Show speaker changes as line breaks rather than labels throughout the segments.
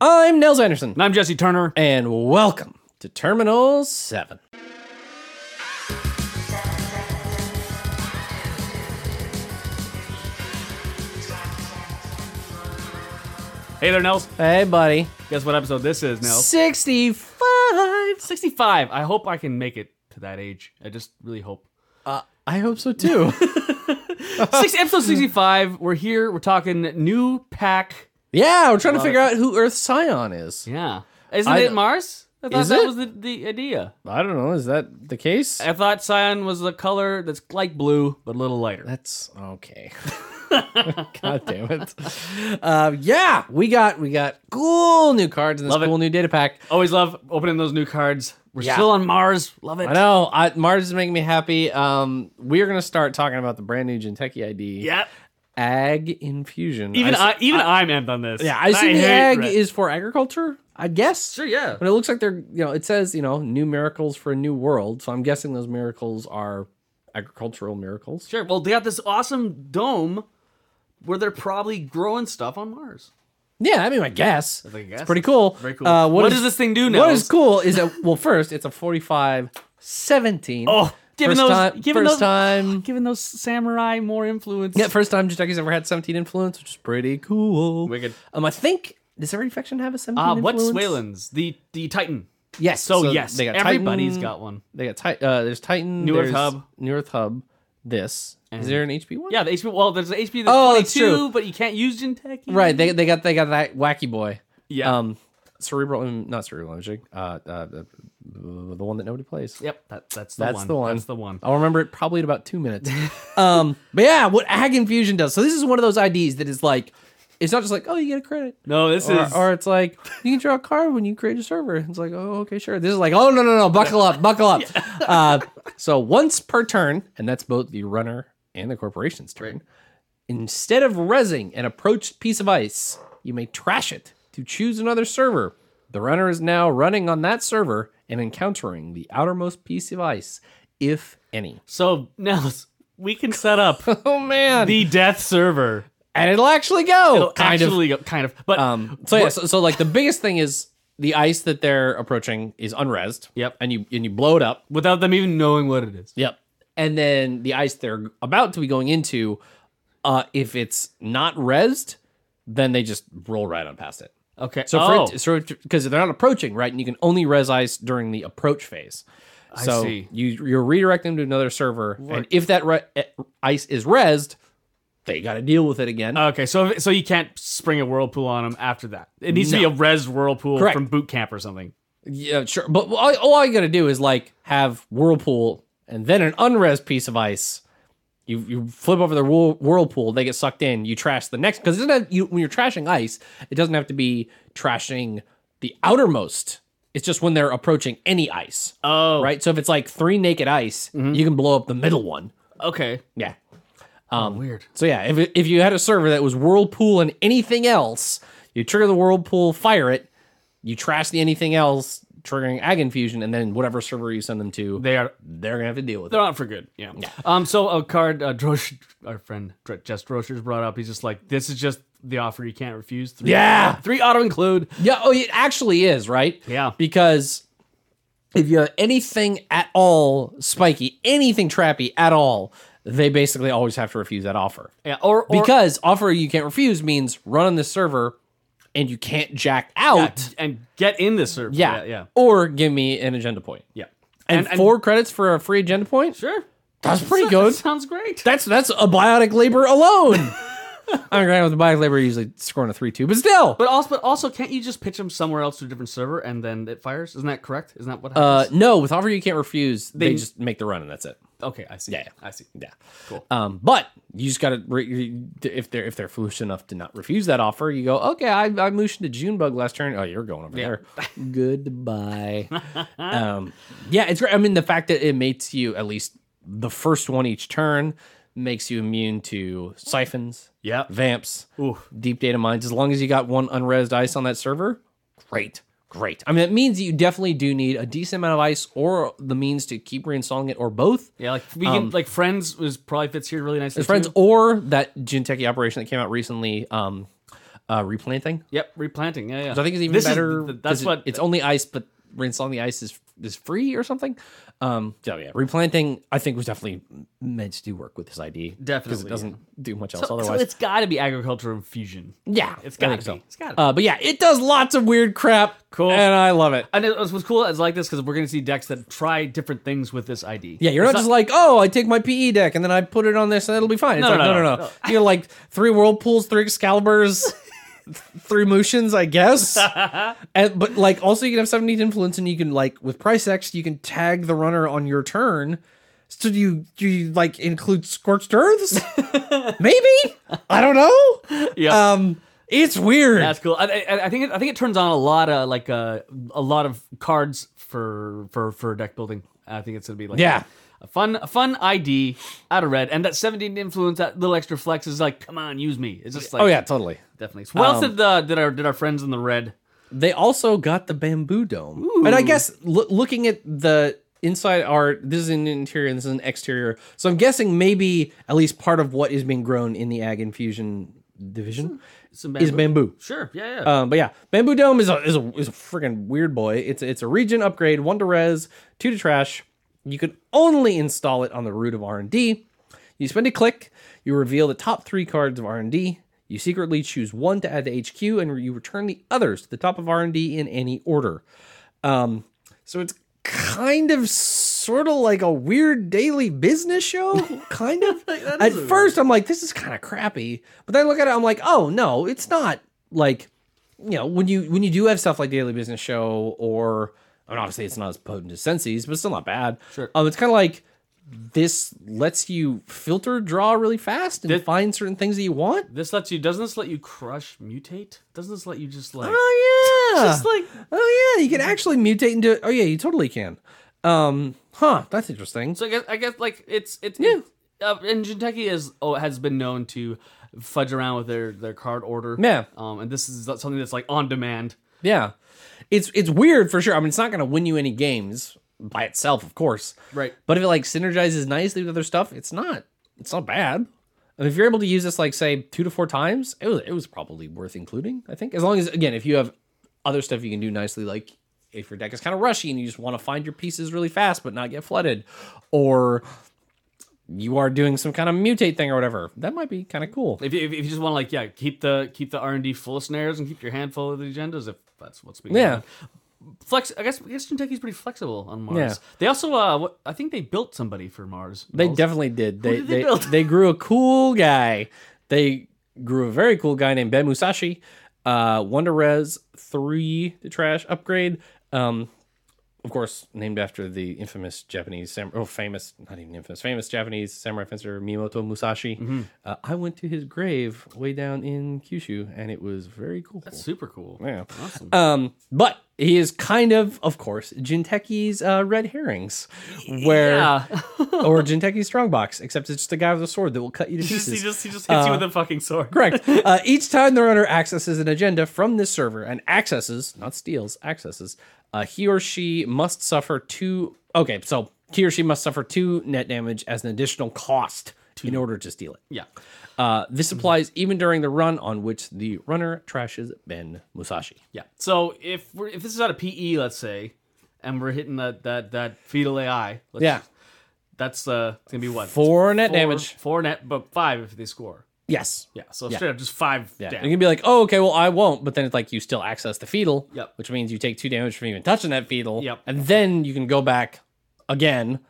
I'm Nels Anderson,
And I'm Jesse Turner.
and welcome to Terminal 7.
Hey there, Nels.
Hey, buddy.
Guess what episode this is, Nels?
65.
65. I hope I can make it to that age. I just really hope.
I hope so too.
Six, episode 65. We're here. We're talking new pack.
yeah, we're trying to figure out who Earth Scion is.
Yeah. Isn't
I-
it Mars? I thought
Is
that
it?
was the, the idea.
I don't know. Is that the case?
I thought cyan was the color that's like blue, but a little lighter.
That's okay. God damn it. Uh, yeah, we got we got cool new cards in this
Love it.
cool new data pack.
Always love opening those new cards. We're
Yeah.
still on Mars. Love it.
I know. I, Mars is making me happy. Um, we're gonna start talking about the brand new Genteki ID.
Yeah.
Ag infusion.
Even
s-
I, even I, am amped on this.
yeah, I assume
hate
the ag
red.
is for agriculture. I guess.
Sure, yeah.
But it looks like they're you know it says you know new miracles for a new world. So I'm guessing those miracles are agricultural miracles.
Sure. Well, they got this awesome dome where they're probably growing stuff on Mars.
Yeah, I mean my guess.
a guess.
It's pretty cool.
Very cool.
Uh,
What does this thing do now?
What is cool is that well first it's a 45 17.
Oh, giving
first
those,
time,
giving
first
those,
time.
giving those samurai more influence.
Yeah, first time Juteki's ever had 17 influence, which is pretty cool.
Wicked.
Um, I think does every faction have a 17
Uh,
influence?
what's Swalin's? The the Titan.
Yes.
So, yes,
they got
everybody's
Titan,
got one.
They got Titan. Uh, there's Titan.
New Earth
there's
Hub.
New Earth Hub. This is there an HP one?
Yeah, the HP. Well, there's the HP that's
Oh, that's
22,
true.
but you can't use Jinteki.
Right. They they got they got that wacky boy.
Yeah.
Um, cerebral, um, not cerebral imaging. Uh, uh, the, the one that nobody plays.
Yep. That, that's the
That's
one.
the one.
That's the one.
I'll remember it probably in about two minutes. um, but yeah, what Ag Infusion does. So this is one of those IDs that is like, it's not just like, oh, you get a credit.
No, this
Or,
is.
or it's like, you can draw a card when you create a server. It's like, oh, okay, sure. This is like, oh, no, no, no, buckle up, buckle up. Uh, so once per turn, and that's both the runner and the corporation's turn, instead of resing an approached piece of ice, you may trash it to choose another server. The runner is now running on that server and encountering the outermost piece of ice, if any.
so, Nels, we can set up
Oh man!
the death server.
and it'll actually go.
It'll
Oh, kind of.
actually, of. Kind of. But
Um, so yeah, so, so like the biggest thing is the ice that they're approaching is unresed.
Yep.
And you and you blow it up.
without them even knowing what it is.
Yep. And then the ice they're about to be going into, uh, if it's not resed, then they just roll right on past it.
Okay.
So
oh,
for it, so because they're not approaching right, and you can only res ice during the approach phase. So
see.
you you redirect them to another server, and if that re- eh, ice is resed, they got to deal with it again.
okay. So so you can't spring a whirlpool on them after that. It needs to be a res whirlpool
Correct.
from boot camp or something.
Yeah, sure. But all, all I gotta do is like have whirlpool and then an unres piece of ice. You you flip over the whirl- whirlpool, they get sucked in. You trash the next because it doesn't have, you when you're trashing ice, it doesn't have to be trashing the outermost. It's just when they're approaching any ice,
Oh,
right? So if it's like three naked ice, you can blow up the middle one.
okay.
Yeah.
Oh,
Um,
Weird.
So yeah, if it- if you had a server that was whirlpool and anything else, you trigger the whirlpool, fire it, you trash the anything else, triggering ag infusion, and then whatever server you send them to,
They are
they're gonna have to deal with
they're
it.
out for good. Yeah. Um. So a card, uh, Drosh, our friend Dr- Jess Drosher's brought up. He's just like, this is just the offer you can't refuse. Three,
Yeah.
Three auto include.
Yeah. Oh, it actually is right.
Yeah.
Because if you have anything at all spiky, anything trappy at all, they basically always have to refuse that offer.
Yeah. Or, or
Because offer you can't refuse means run on this server, and you can't jack out.
and get in this server.
Yeah.
Yeah. Yeah.
Or give me an agenda point.
yeah.
And, four credits for a free agenda point?
Sure.
That's pretty good.
Sounds great.
That's that's a biotic labor alone. I'm gonna with biotic labor usually scoring a three two, but still.
But also, but also, can't you just pitch them somewhere else to a different server and then it fires? Isn't that correct? Isn't that what
Uh,
happens?
no, with offer you can't refuse. They,
They-
just make the run and that's it.
okay, I see.
yeah.
I see.
Yeah,
Cool.
Um, but you just gotta re- if they're if they're foolish enough to not refuse that offer, you go okay. I I motioned to Junebug last turn. Oh, you're going over there. Goodbye. um, yeah, it's great. I mean, the fact that it makes you at least the first one each turn makes you immune to siphons,
Yep.
vamps,
Ooh.
deep data mines. As long as you got one unresed ice on that server, great, great. I mean, it means you definitely do need a decent amount of ice or the means to keep reinstalling it or both.
Yeah, like we can, like friends was probably fits here really nicely.
Um, Friends
too.
or that Jinteki operation that came out recently. Um, uh, replanting.
Yep, replanting. Yeah, yeah.
So I think it's even
This is
better.
th-
'cause
that's
it-
what
it's only ice, but rinse on the ice is is free or something. Um,
Oh,
so yeah, replanting I think was definitely meant to do work with this ID because
Definitely,
it
yeah.
doesn't do much else
so, so
otherwise.
it's got to be agricultural infusion.
yeah,
It's
I
got to
think
be.
so.
It's got to be.
Uh, but yeah, it does lots of weird crap.
Cool.
and I love it.
and it was, what's cool is like this because we're gonna see decks that try different things with this ID.
Yeah, you're not, just like, oh, I take my PE deck and then I put it on this and it'll be fine. It's
No,
like,
no,
no, no,
no,
no, You're like three whirlpools, three Excaliburs, th- three motions, I guess. and, but like, also you can have 17 influence and you can like with price X, you can tag the runner on your turn. So do you do you like include scorched earths? Maybe I don't know.
yeah.
Um, it's weird.
That's cool. I, I, I think it, I think it turns on a lot of like uh, a lot of cards for for for deck building. I think it's gonna be like
Yeah.
a, fun a fun ID out of red and that 17 influence that little extra flex is like come on use me. It's just like
oh yeah, Um, totally.
definitely. So what else did the did our did our friends in the red?
They also got the bamboo dome. And I guess loo- looking at the inside art, this is an interior and this is an exterior. So I'm guessing maybe at least part of what is being grown in the ag infusion division
Some
is bamboo.
Sure. Yeah. Yeah.
Um, but yeah, Bamboo Dome is a is a is a freaking weird boy. It's it's a region upgrade, one to res, two to trash. You can only install it on the root of R and D. You spend a click, you reveal the top three cards of R and D. You secretly choose one to add to HQ, and you return the others to the top of R and D in any order. Um, so it's kind of sort of like a weird daily business show, kind of. At first, I'm like, this is kind of crappy, but then I look at it, I'm like, oh no, it's not like you know when you when you do have stuff like daily business show or I mean, obviously it's not as potent as Sensi's, but it's still not bad.
Sure.
Um, it's kind of like this lets you filter draw really fast and
Did-
find certain things that you want.
this lets you. Doesn't this let you crush mutate? Doesn't this let you just like
Oh yeah,
just like
oh yeah, you can actually mutate into. Oh yeah, you totally can. Um, huh, that's interesting.
So I guess I guess like it's it's Uh, and Jinteki is oh, has been known to fudge around with their their card order.
Yeah.
Um, and this is something that's like on demand.
Yeah, it's it's weird for sure. I mean, it's not going to win you any games by itself, of course.
Right.
But if it like synergizes nicely with other stuff, it's not it's not bad. And if you're able to use this like say two to four times, it was it was probably worth including. I think as long as again if you have other stuff you can do nicely, like if your deck is kind of rushy and you just want to find your pieces really fast but not get flooded, or you are doing some kind of mutate thing or whatever, that might be kind of cool.
If you, if you just want to like yeah keep the keep the R and D full of snares and keep your hand full of the agendas if that's what's being
Yeah.
Flex. I guess I guess Jinteki's pretty flexible on Mars.
Yeah.
They also uh what, I think they built somebody for Mars. Oh,
They
Mills.
definitely did. They
did they
they, they,
build?
grew a cool guy. They grew a very cool guy named Ben Musashi. Uh, Wonder Res three to trash upgrade. Um, of course, named after the infamous Japanese sam- oh famous not even infamous famous Japanese samurai fencer Miyamoto Musashi.
Mm-hmm.
Uh, I went to his grave way down in Kyushu, and it was very cool.
super cool.
Yeah.
Awesome.
Um, but he is kind of, of course, Jinteki's uh, red herrings, where
yeah.
or Jinteki's strongbox, except it's just a guy with a sword that will cut you to
he just he
pieces.
just he just hits you with a fucking sword.
Correct. Uh, each time the runner accesses an agenda from this server and accesses, not steals, accesses, uh, he or she must suffer two. Okay, so he or she must suffer two net damage as an additional cost in order to steal it.
Yeah.
Uh, this applies even during the run on which the runner trashes Ben Musashi.
Yeah. So if we're if this is out of PE, let's say, and we're hitting that that that fetal AI, let's,
Yeah,
that's uh it's gonna be what
four net
Four-
damage.
four net, but five if they score.
Yes.
Yeah. So straight up just five.
Yeah.
down.
You can be like, oh, okay, well, I won't. But then it's like you still access the fetal,
Yep.
which means you take two damage from even touching that fetal.
Yep.
And then you can go back again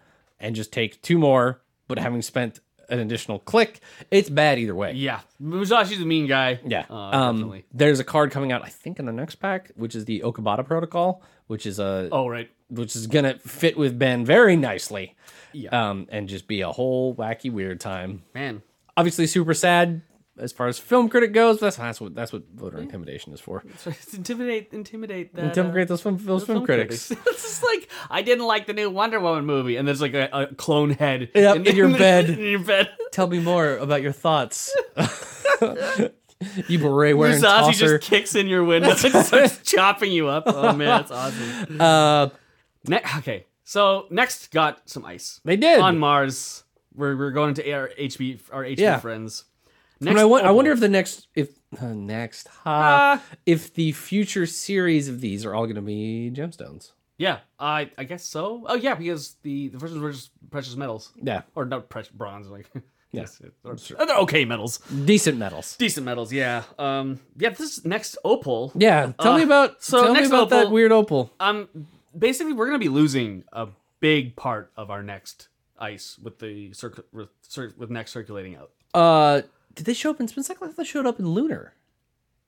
and just take two more, but having spent an additional click, it's bad either way.
Yeah. Musashi's a mean guy.
Yeah.
Uh,
um,
definitely.
there's a card coming out, I think, in the next pack, which is the Okabata Protocol, which is a
Oh right.
which is gonna fit with Ben very nicely.
Yeah.
Um, and just be a whole wacky weird time
Man.
obviously super sad as far as film critic goes. But that's that's what that's what voter intimidation is for.
So it's intimidate intimidate that.
Intimidate those film, those
uh,
film, critics.
it's just like I didn't like the new Wonder Woman movie, and there's like a, a clone head
Yep, in your bed.
In your bed,
Tell me more about your thoughts. you beret wearing
Musashi
tosser.
just kicks in your window and starts chopping you up. Oh man, that's awesome.
Uh,
Ne- okay, so next got some ice
they did.
on Mars. We're, we're going to our HB our HB
Yeah.
friends.
I,
Next, oh,
mean, I, won- I
Opal.
wonder if the next if Uh, next, ha.
Ah.
If the future series of these are all going to be gemstones.
Yeah, I I guess so. Oh yeah, because the the first ones were just precious metals,
Yeah.
or not precious bronze. Like yes, or,
Sure.
they're okay metals,
Decent metals.
decent metals. Yeah. Um. Yeah. This next opal.
Yeah. Tell
Uh,
me about
so
tell me
next
about that
opal-
weird opal.
Um. Basically, we're gonna be losing a big part of our next ice with the circ with, cir- with next circulating out.
Uh did they show up in spin cycle? I thought they showed up in lunar.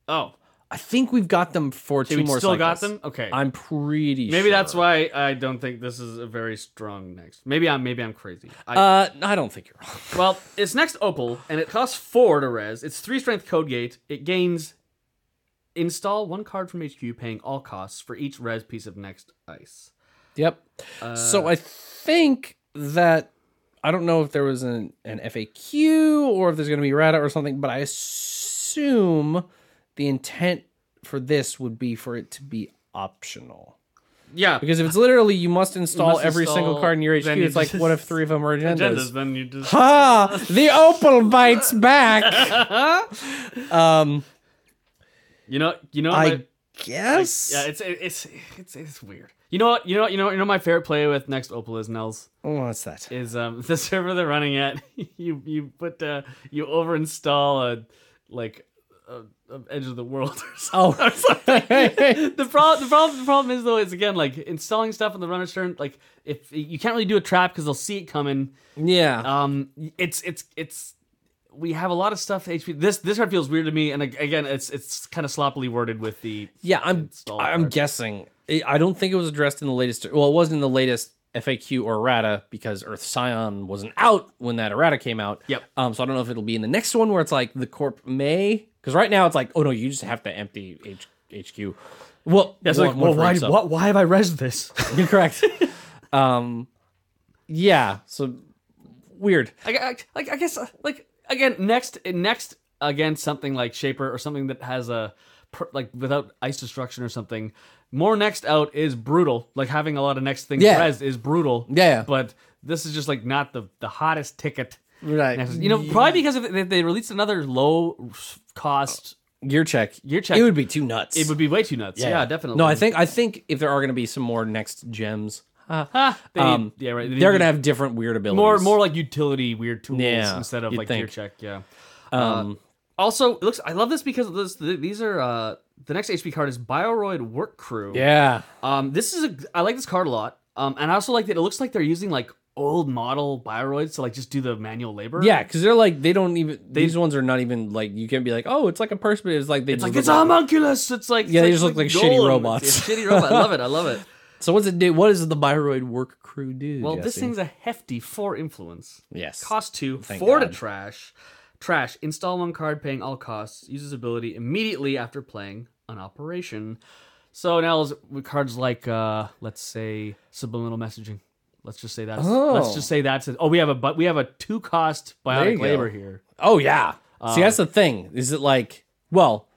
Oh,
I think we've got them for two
we
more
still got
cycles.
them. Okay.
I'm pretty
Maybe
sure.
that's why I don't think this is a very strong next. Maybe I'm maybe I'm crazy. I,
Uh I don't think you're wrong.
Well, it's next Opal, and it costs four to res. It's three strength code gate. It gains install one card from HQ, paying all costs for each res piece of next ice.
Yep.
Uh,
so I think that I don't know if there was an, an FAQ or if there's going to be Reddit or something, but I assume the intent for this would be for it to be optional.
yeah,
Because if it's literally you must install
must
every single
install-
card in your HQ,
then you
it's like
just-
what if three of them are
agendas.
agendas?
Then you just
Ha! The opal bites back. Um,
you know you know
I
my-
guess.
Oh, yeah it's it's it's it's weird. You know what you know what- you know what- you know what my favorite play with next Opal is Nels
Oh, what's that?
is um the server they're running at you you put uh, you overinstall a like a, a Edge of the World or something.
Oh,
or something. the problem, the problem, the problem is though, is again like installing stuff on the runner's turn. Like if you can't really do a trap because they'll see it coming.
yeah.
Um, it's it's it's we have a lot of stuff. HP. This this card feels weird to me, and ag- again, it's it's kind of sloppily worded with the
Yeah, I'm
install
I'm
card.
guessing. I I don't think it was addressed in the latest. Well, it wasn't in the latest FAQ or errata because Earth Scion wasn't out when that errata came out.
Yep.
Um. So I don't know if it'll be in the next one where it's like the corp may because right now it's like oh no you just have to empty H- HQ. Well,
It's
one-
like,
one
well,
for
why,
each sub.
why, why have I res this?
You're correct. um. Yeah. So weird.
I, I, like I guess uh, like again next next again something like Shaper or something that has a per, like without ice destruction or something. More next out is brutal. Like having a lot of next things
Yeah.
res is brutal.
Yeah.
But this is just like not the the hottest ticket.
Right.
Next- You know, probably because if they, they released another low cost,
Gear check.
Gear check.
It would be too nuts.
it would be way too nuts. Yeah, definitely.
No, I think I think if there are going to be some more next gems,
Ah, they,
um,
yeah, right. They
they're
need
going to have different weird abilities.
more more like utility weird tools
Yeah,
instead of
you'd
like gear
think.
check. Yeah. Uh,
Um,
Also, it looks I love this because this, th- these are uh, the next HP card is Bioroid Work Crew.
yeah.
Um, this is a I like this card a lot. Um, and I also like that it looks like they're using like old model Bioroids to like just do the manual labor.
Yeah, because they're like they don't even these ones are not even like you can be like oh it's like a person but it's like they
It's
just
like
look
it's a homunculus. It's like
Yeah, they
it's
just look like shitty
golems.
robots.
Yeah, shitty robot. I love it. I love it.
so what's it do? What does the Biroid work crew do?
Well, this
Jesse?
thing's a hefty four influence.
yes
Cost two,
Thank
four
God.
to trash. Trash. Install one card, paying all costs. Uses ability immediately after playing an operation. So now is- with cards like, uh, let's say, subliminal messaging. Let's just say that's. Let's
Oh.
just say that's. It. Oh, we have a but we have a two cost biotic
go.
labor here.
oh yeah see that's the thing is it like well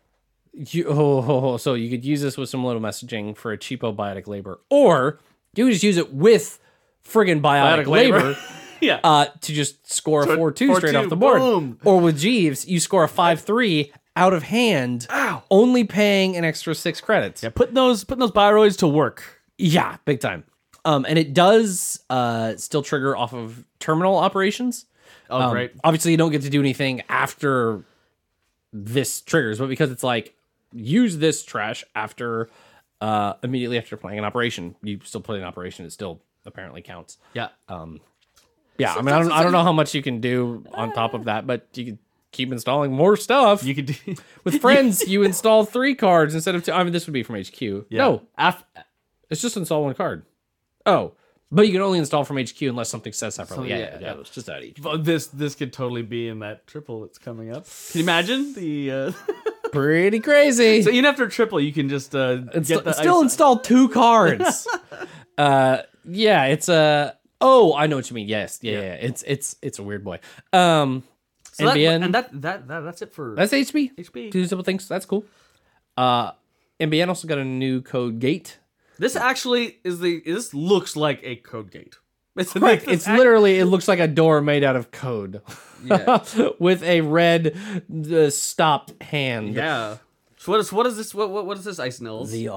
you oh, oh, oh, so you could use this with some little messaging for a cheapo biotic labor or you could just use it with friggin' biotic, labor.
yeah.
uh, to just score a four two straight
4-2,
off the board,
boom.
or with Jeeves you score a five three out of hand,
Ow.
only paying an extra six credits.
yeah. Putting those putting those biroids to work.
Yeah, big time. Um, and it does uh, still trigger off of terminal operations.
Oh
Um,
great.
Obviously, you don't get to do anything after this triggers, but because it's like use this trash after uh, immediately after playing an operation, you still play an operation. It still apparently counts.
Yeah.
oh. Yeah, I mean, I don't, I don't know how much you can do on top of that, but you can keep installing more stuff.
You could do
With friends, you install three cards instead of two. I mean, this would be from HQ. No,
Af-
it's just install one card. Oh, but you can only install from HQ unless something says separately.
Something-
yeah, yeah,
yeah, yeah.
yeah, It's just out of HQ.
Well, this this could totally be in that triple that's coming up. Can you imagine the? Uh,
Pretty crazy.
so even after a triple, you can just uh,
It's
get the
still
ice-
install two cards. uh, yeah, it's a. Oh, I know what you mean. Yes, yeah, yeah. It's it's it's a weird boy. Um,
So that-
NBN.
and that, that that that's it for
that's HB.
HP.
Do simple things. That's cool. Uh, MBN also got a new code gate.
This actually is the this looks like a code gate. It's the
Correct.
thing
It's
that's act-
literally it looks like a door made out of code.
Yeah.
With a red uh, stop hand.
yeah. So what is what is this? What what, what is this? Ice Nils.
The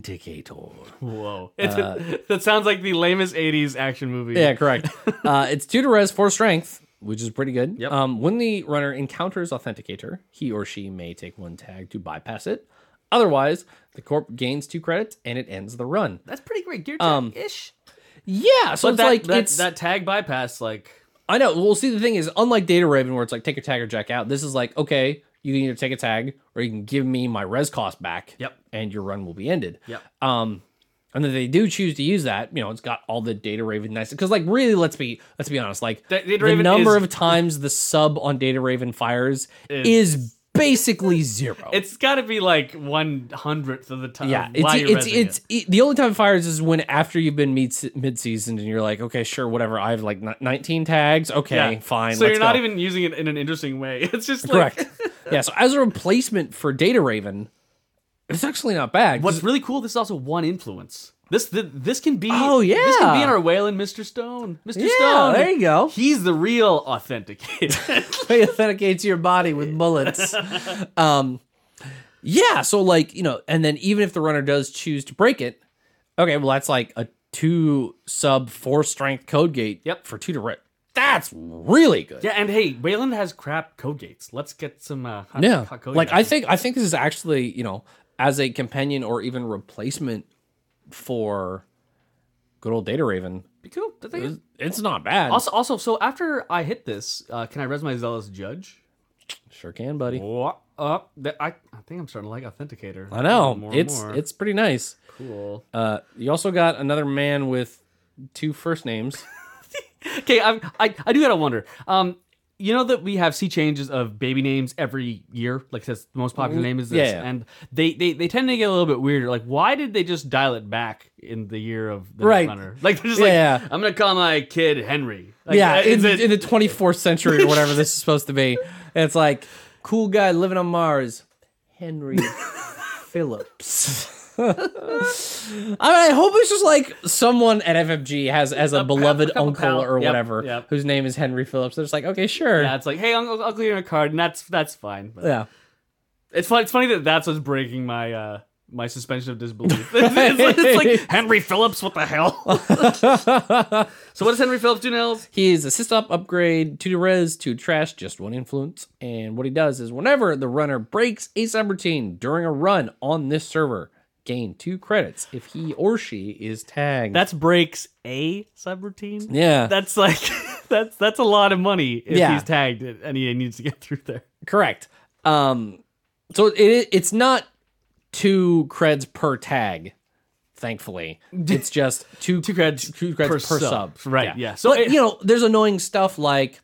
authenticator.
Whoa. It's that sounds like the lamest '80s action movie.
Yeah, correct. uh, it's two to res, four strength, which is pretty good.
Yep.
Um, when the runner encounters Authenticator, he or she may take one tag to bypass it. Otherwise, the corp gains two credits and it ends the run.
That's pretty great. Gear
Um,
tag ish.
Yeah, so
But
it's
that,
like
that,
it's
that tag bypass, like
I know. Well, see, the thing is, unlike Data Raven, where it's like take a tag or jack out, this is like okay, you can either take a tag or you can give me my res cost back.
Yep.
And your run will be ended.
Yep.
Um, and then they do choose to use that. You know, it's got all the Data Raven nice because, like, really, let's be let's be honest. Like,
Da- Data
the
Raven
number
is-
of times the sub on Data Raven fires is, basically zero.
it's got to be like one hundredth of the time.
yeah,
while you're
it's it's,
resing
it's
it.
it- the only time it fires is when after you've been mid mid seasoned and you're like, okay, sure, whatever. I have like n- 19 tags. Okay,
Yeah.
fine.
So
let's
you're not
go.
even using it in an interesting way. It's just like,
Correct. yeah. So as a replacement for Data Raven, it's actually not bad. 'cause-
What's really cool? This is also one influence. This th this can be.
Oh,
This can be
yeah.
in our Whalen, Mr. Stone. Mr.
Yeah,
Stone.
there you go.
He's the real authenticator.
they authenticate your body with bullets. um, yeah. So like you know, and then even if the runner does choose to break it, okay, well that's like a two sub four strength code gate.
Yep.
For two to rip. That's really good.
yeah, and hey, Wayland has crap code gates. Let's get some uh, hot,
Yeah.
hot code
Like I
gates.
think I think this is actually, you know, as a companion or even replacement for good old Data Raven,
Be cool. That thing is-
it's- it's not bad.
Also, also, so after I hit this, uh, can I res my zealous judge?
sure can, buddy.
What up? That- I, I think I'm starting to like authenticator.
I know.
Oh, More and
it's
more.
it's pretty nice.
cool.
Uh, you also got another man with two first names.
Okay, I, I I do gotta wonder. Um, you know that we have sea changes of baby names every year. Like says the most popular name is this,
Mm-hmm. yeah, yeah.
and they, they they tend to get a little bit weirder. Like, why did they just dial it back in the year of the
Right.
runner? Like they're just like,
Yeah, yeah.
I'm gonna call my kid Henry. Like,
yeah,
uh,
in,
is it-
in the 24th century or whatever this is supposed to be. And it's like cool guy living on Mars, Henry Phillips. I mean, I hope it's just like someone at FFG has as a,
A pa-
beloved
a couple
uncle
pal-
or
yep,
whatever
yep.
whose name is Henry Phillips. They're just like, okay, sure,
yeah,
yeah,
it's like, hey, I'll, I'll clear your card, and that's that's fine. But It's funny. It's funny that that's what's breaking my uh my suspension of disbelief. it's, like, it's like Henry Phillips. What the hell? so what does Henry Phillips do now?
He is a assist up upgrade, two to res, two to trash, just one influence. And what he does is whenever the runner breaks a subroutine during a run on this server, gain two credits if he or she is tagged.
That's breaks a subroutine.
yeah,
That's like that's that's a lot of money if
Yeah.
he's tagged and he needs to get through there.
correct. Um, so it it's not two creds per tag, thankfully. It's just two
Two creds,
two creds per, sub.
Right. Yeah. So
but
it-
you know, there's annoying stuff like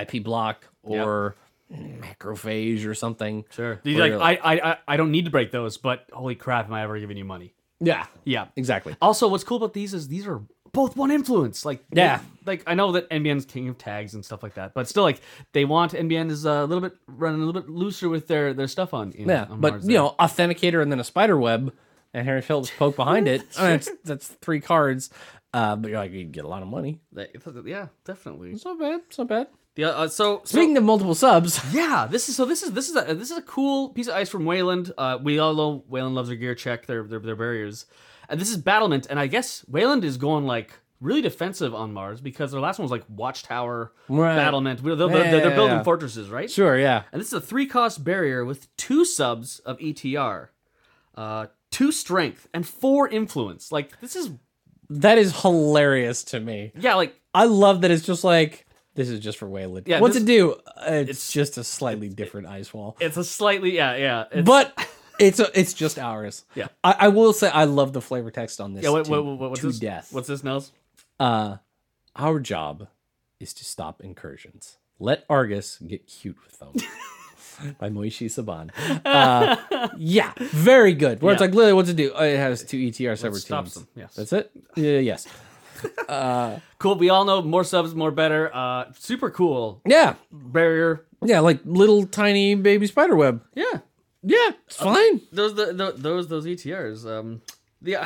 IP block or macrophage or something.
sure.
Where
He's like,
you're
I, I I I don't need to break those, but holy crap, am I ever giving you money?
yeah,
Yeah.
exactly.
Also, what's cool about these is these are both one influence. Like,
Yeah.
they- like I know that NBN's king of tags and stuff like that, but still, like they want NBN is a little bit running a little bit looser with their their stuff on. in-
Yeah,
on
but
Mars
you
there.
know, authenticator and then a spider web, and Harry Phillips poke behind it. I mean, that's, that's three cards, uh, but you're like you get a lot of money.
That- yeah, definitely.
It's not bad. It's not bad.
Yeah. Uh, so so-
Speaking of multiple subs,
Yeah, this is so. This is this is a this is a cool piece of ice from Wayland. Uh, we all know Wayland loves their gear check, their their, their barriers, and this is battlement. And I guess Wayland is going like really defensive on Mars because their last one was like watchtower
Right.
battlement. They're, they're,
Yeah,
they're,
yeah,
they're building
yeah.
fortresses, right?
sure, yeah,
And this is a three cost barrier with two subs of ETR, uh, two strength and four influence. Like this is
that is hilarious to me.
yeah, like
I love that it's just like this is just for Wayland.
Yeah,
what's
this-
it do? Uh, It's, just a slightly different ice wall,
it's a slightly yeah yeah. It's,
but it's a, it's just ours.
Yeah.
I, I will say I love the flavor text on this.
yeah, what,
to,
what, what, what's
to
this?
death.
What's this, Nels?
Uh, our job is to stop incursions. Let Argus get cute with them. By Moishi Saban. Uh, yeah, very good. Where it's
Yeah.
like, literally, what's it do? Oh, It has two ETR separate
stops
teams.
them, yes.
That's it? Yeah, yes.
Cool. We all know more subs, more better. Uh, super cool.
Yeah.
barrier.
Yeah, like little tiny baby spider web.
Yeah, Uh,
Yeah, it's fine.
E those the, the those those ETRs. Um, the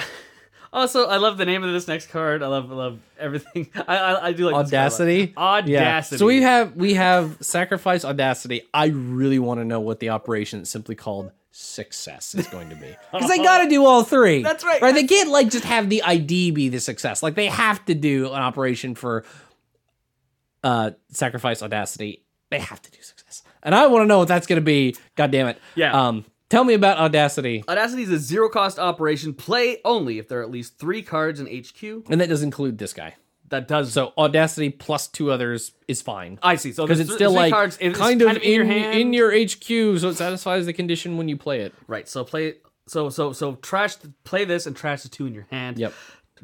Also, I love the name of this next card. I love, I love everything. I, I, I do like this card a
Audacity.
lot. Audacity.
So we have we have sacrifice audacity. I really want to know what the operation that's simply called success is going to be because they got to do all three.
That's right.
Right? They can't like just have the ID be the success. Like they have to do an operation for uh sacrifice audacity. They have to do success, and I want to know what that's going to be. God damn it.
Yeah.
Um. Tell me about audacity,
Audacity is a zero cost operation. Play only if there are at least three cards in HQ.
and that does include this guy.
That does.
So audacity plus two others is fine.
I see. So
because
there's
it's
th-
still
three
like
cards, and
kind,
it's
of
in your hand.
in your HQ, so it satisfies the condition when you play it.
right. So play. So so so trash. the- Play this and trash the two in your hand.
Yep.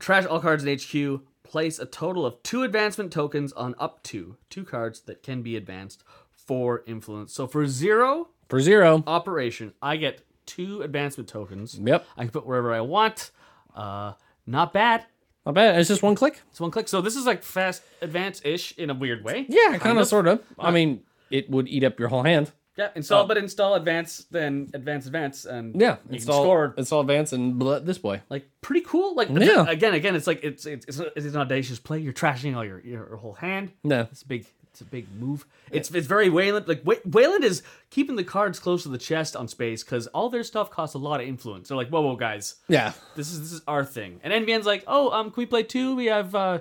Trash all cards in HQ. Place a total of two advancement tokens on up to two cards that can be advanced for influence. So for zero
For zero.
operation, I get two advancement tokens.
Yep.
I can put wherever I want. Uh, not bad.
Not bad. It's just one click.
It's one click. So this is like fast advance ish in a weird way.
Yeah, kind of, sort of. I mean, it would eat up your whole hand.
Yeah, install, but install advance, then advance, advance, and
Yeah,
you
it's all
can score.
it's all advance and blah, this boy.
Like pretty cool. Like
Yeah.
again, again, it's like it's it's it's, it's an audacious play. You're trashing all your your whole hand.
No,
It's a big it's a big move. It's it's very Wayland. Like Wa- Wayland is keeping the cards close to the chest on space because all their stuff costs a lot of influence. They're like, whoa, whoa, guys,
yeah,
this is this is our thing. And NBN's like, oh, um, can we play two? We have uh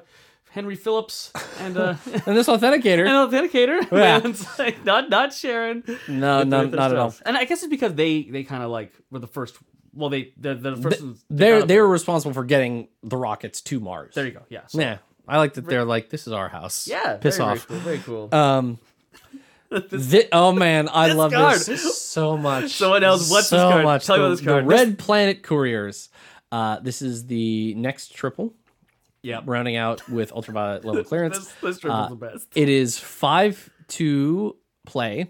Henry Phillips and uh
and this authenticator.
an authenticator.
Yeah.
It's like not not Sharon.
No, no, not at all.
And I guess it's because they they kind of like were the first. Well, they they're, they're the first. ones to
They're
kind of-
they're responsible for getting the rockets to Mars.
There you go. Yeah. so-
Yeah, I like that. They're like, this is our house.
Yeah.
piss
very,
off.
Very cool. Very cool.
Um. thi- oh man, I love
card.
this so much.
Someone else, what's
so
this card?
Much.
Tell me
the,
about this card.
The Red Planet Couriers. Uh, this is the next triple,
yeah.
rounding out with ultraviolet level clearance.
This this trip
Uh,
is the best.
It is five to play.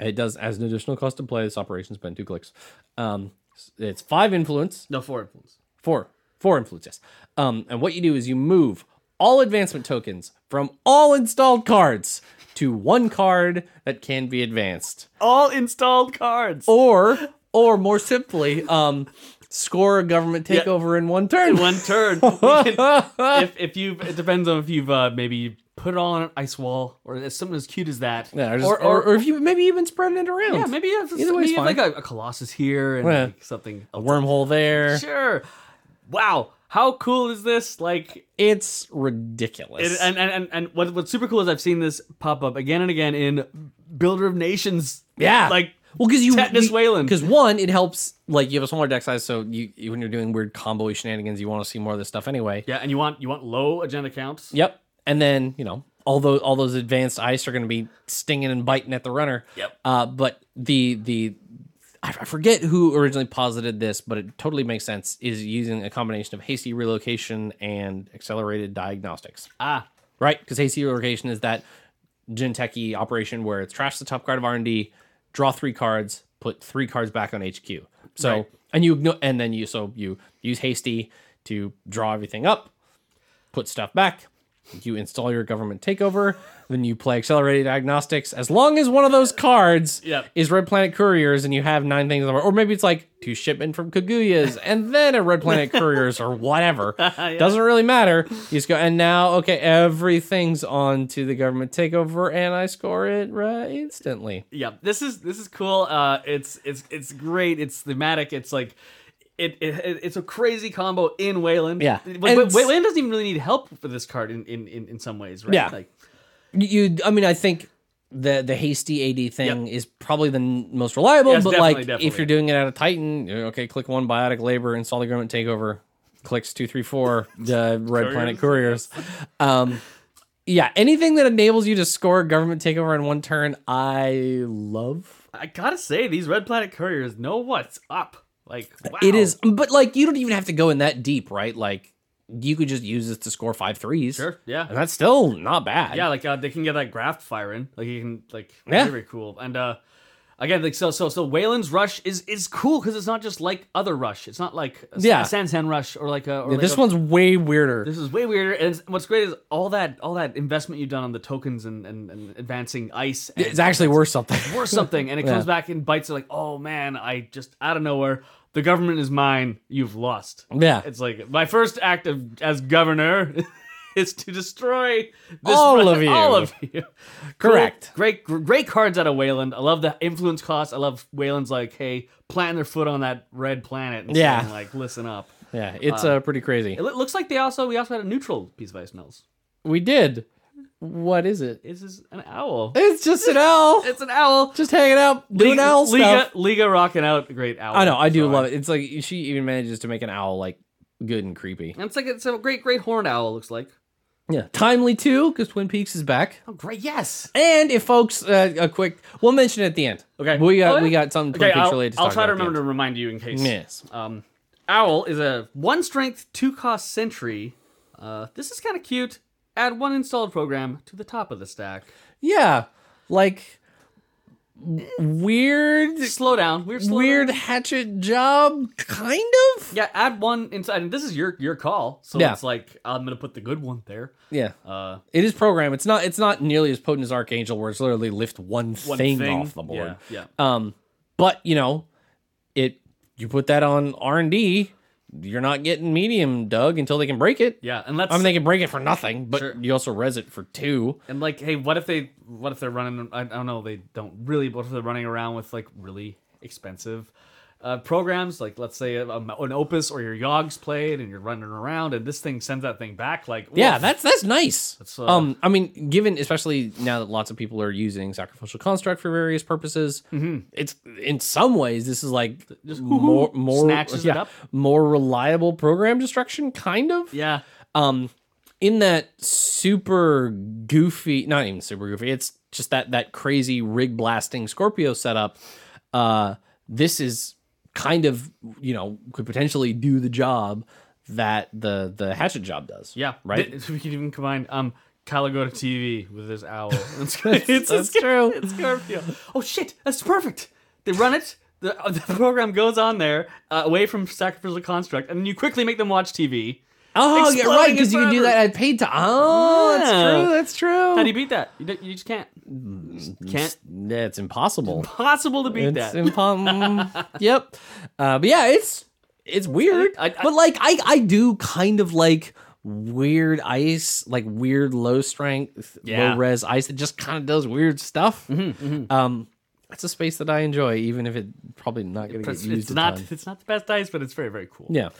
It does as an additional cost to play. This operation spend two clicks. Um, it's five influence,
No four influence.
four, four influence. Yes. Um, and what you do is you move all advancement tokens from all installed cards to one card that can be advanced.
All installed cards.
or or more simply, um, score a government takeover in one turn.
One turn. We can- if if you it depends on if you've uh, maybe put it all on an ice wall or something as cute as that.
Yeah, or, just- or, or if you maybe even spreading it around.
yeah, maybe you have,
Either way
maybe
is
you have like
fine.
a, a colossus here and
Yeah.
like something.
a wormhole there.
Sure. Wow. How cool is this? Like
It's ridiculous.
It, and, and and and what, what's super cool is I've seen this pop up again and again in Builder of Nations.
yeah,
like
well, because you
Tetanus Wayland.
Because one, it helps like you have a smaller deck size, so you you- when you're doing weird combo shenanigans, you want to see more of this stuff anyway.
yeah, and you want you want low agenda counts.
Yep. And then you know all those all those advanced ice are going to be stinging and biting at the runner.
Yep.
Uh, but the the I I forget who originally posited this, but it totally makes sense. Is using a combination of hasty relocation and accelerated diagnostics, Uh,
Ah,
right? Because hasty relocation is that Jinteki operation where it's trash the top card of R and D, draw three cards, put three cards back on HQ. So
Right.
and you igno- and then you so you use hasty to draw everything up, put stuff back. You install your government takeover, then you play accelerated diagnostics. As long as one of those cards
Yep.
is Red Planet Couriers, and you have nine things, on or maybe it's like two shipment from Kaguya's, and then a Red Planet Couriers or whatever. Doesn't really matter. You just go, and now okay, everything's on to the government takeover, and I score it right instantly.
yeah. This is this is cool. Uh, it's it's it's great. It's thematic. It's like. It, it, it- it's a crazy combo in Wayland.
Yeah.
but,
And
but
it's-
Wayland doesn't even really need help for this card in in, in, in some ways, right?
Yeah.
like
You, I mean, I think the the hasty AD thing is probably the n- most reliable.
Yes,
but
definitely,
like, if
definitely.
you're doing it out of Titan, you're, okay, click one biotic labor, install the government takeover, clicks two, three, four, the Red Planet couriers. Um, yeah, anything that enables you to score a government takeover in one turn, I love.
I gotta say, these Red Planet couriers know what's up. Like wow.
It is, but like, you don't even have to go in that deep, right? Like, you could just use this to score five threes,
sure, yeah.
and that's still not bad.
yeah like uh, they can get that graft firing like you can like
Yeah.
very cool and uh again like so so so Wayland's rush is is cool because it's not just like other rush it's not like a,
Yeah.
a Sansan rush or like a or
Yeah,
like
this
a-
one's way weirder.
this is way weirder and it's- what's great is all that all that investment you've done on the tokens and and, and advancing ice and
it's actually worth something.
or something and it comes back and bites you like oh man I just out of nowhere the government is mine. You've lost.
Yeah.
It's like my first act of as governor is to destroy this
All
re-
of you.
All of you.
Correct.
Cool. Great, gr- great cards out of Wayland. I love the influence cost. I love Wayland's like, hey, planting their foot on that red planet. And
Yeah.
saying, like listen up.
Yeah, it's uh, pretty crazy.
It lo- looks like they also we also had a neutral piece of ice nels.
We did. What is it?
This is an owl.
It's just an owl.
It's an owl.
Just hanging out, doing
Liga,
owl
Liga,
stuff.
Liga rocking out a great owl.
I know. I do
drawing.
love it. It's like she even manages to make an owl like good and creepy.
And it's like it's a great, great horned owl. it Looks like.
Yeah, timely too because Twin Peaks is back.
Oh, great! Yes.
And if folks, uh, a quick, we'll mention it at the end.
Okay.
we got
Oh, yeah.
we got something Twin
Okay,
Peaks
I'll,
related. To
I'll
talk
try to
about at
remember to
the
remind you in case.
end. Uh, Yes.
Um, Owl is a one strength, two cost sentry. Uh, this is kind of cute. Add one installed program to the top of the stack.
Yeah, like w- weird,
Slow down. Weird. Slow
weird
down.
hatchet job, kind of.
Yeah. Add one inside. And this is your your call. So
Yeah.
it's like I'm gonna put the good one there.
Yeah,
Uh,
it is program. It's not. It's not nearly as potent as Archangel, where it's literally lift one,
one
thing,
thing,
off the board.
Yeah. yeah.
Um, but you know, it you put that on R and D, you're not getting medium dug until they can break it.
Yeah, and let's
I mean, they can break it for nothing, but
Sure.
you also res it for two.
and like, hey, what if they, what if they're running? I I don't know, they don't really, but if they're running around with like really expensive uh, programs, like let's say um, an Opus or your Yogs played, and you're running around, and this thing sends that thing back, like
Yeah,
woof.
that's that's nice.
uh,
um, I mean, given especially now that lots of people are using sacrificial construct for various purposes, it's in some ways this is like
Mm-hmm. Just whoo-hoo,
more more
snatches it
yeah,
up.
more reliable program destruction, kind of.
yeah,
um in that super goofy not even super goofy it's just that that crazy rig blasting scorpio setup uh this is kind of you know could potentially do the job that the the hatchet job does
yeah,
Right.
Th- we can even combine um Caligota TV with this owl. It's,
that's
it's, it's-
true.
It's Scorpio. Oh shit, that's perfect. They run it. The, the program goes on there uh, away from sacrificial construct, and you quickly make them watch TV.
oh yeah
Exploding
right
in
because you can do
forever.
that at paid to oh
Yeah.
that's true that's
How
true
do you beat that? You, don't- you just can't. Can't.
that's impossible
Possible to beat
Mm, It's
that.
impom- yep. Uh, but yeah, it's it's weird.
I- I-
but like I I do kind of like weird ice, like weird low strength,
Yeah. Mm-hmm,
low res ice that just kind of does weird stuff. Um it's a space that I enjoy, even if it probably not going to get
it's,
used.
it's
a
not.
ton.
It's not the best dice, but it's very very cool.
Yeah,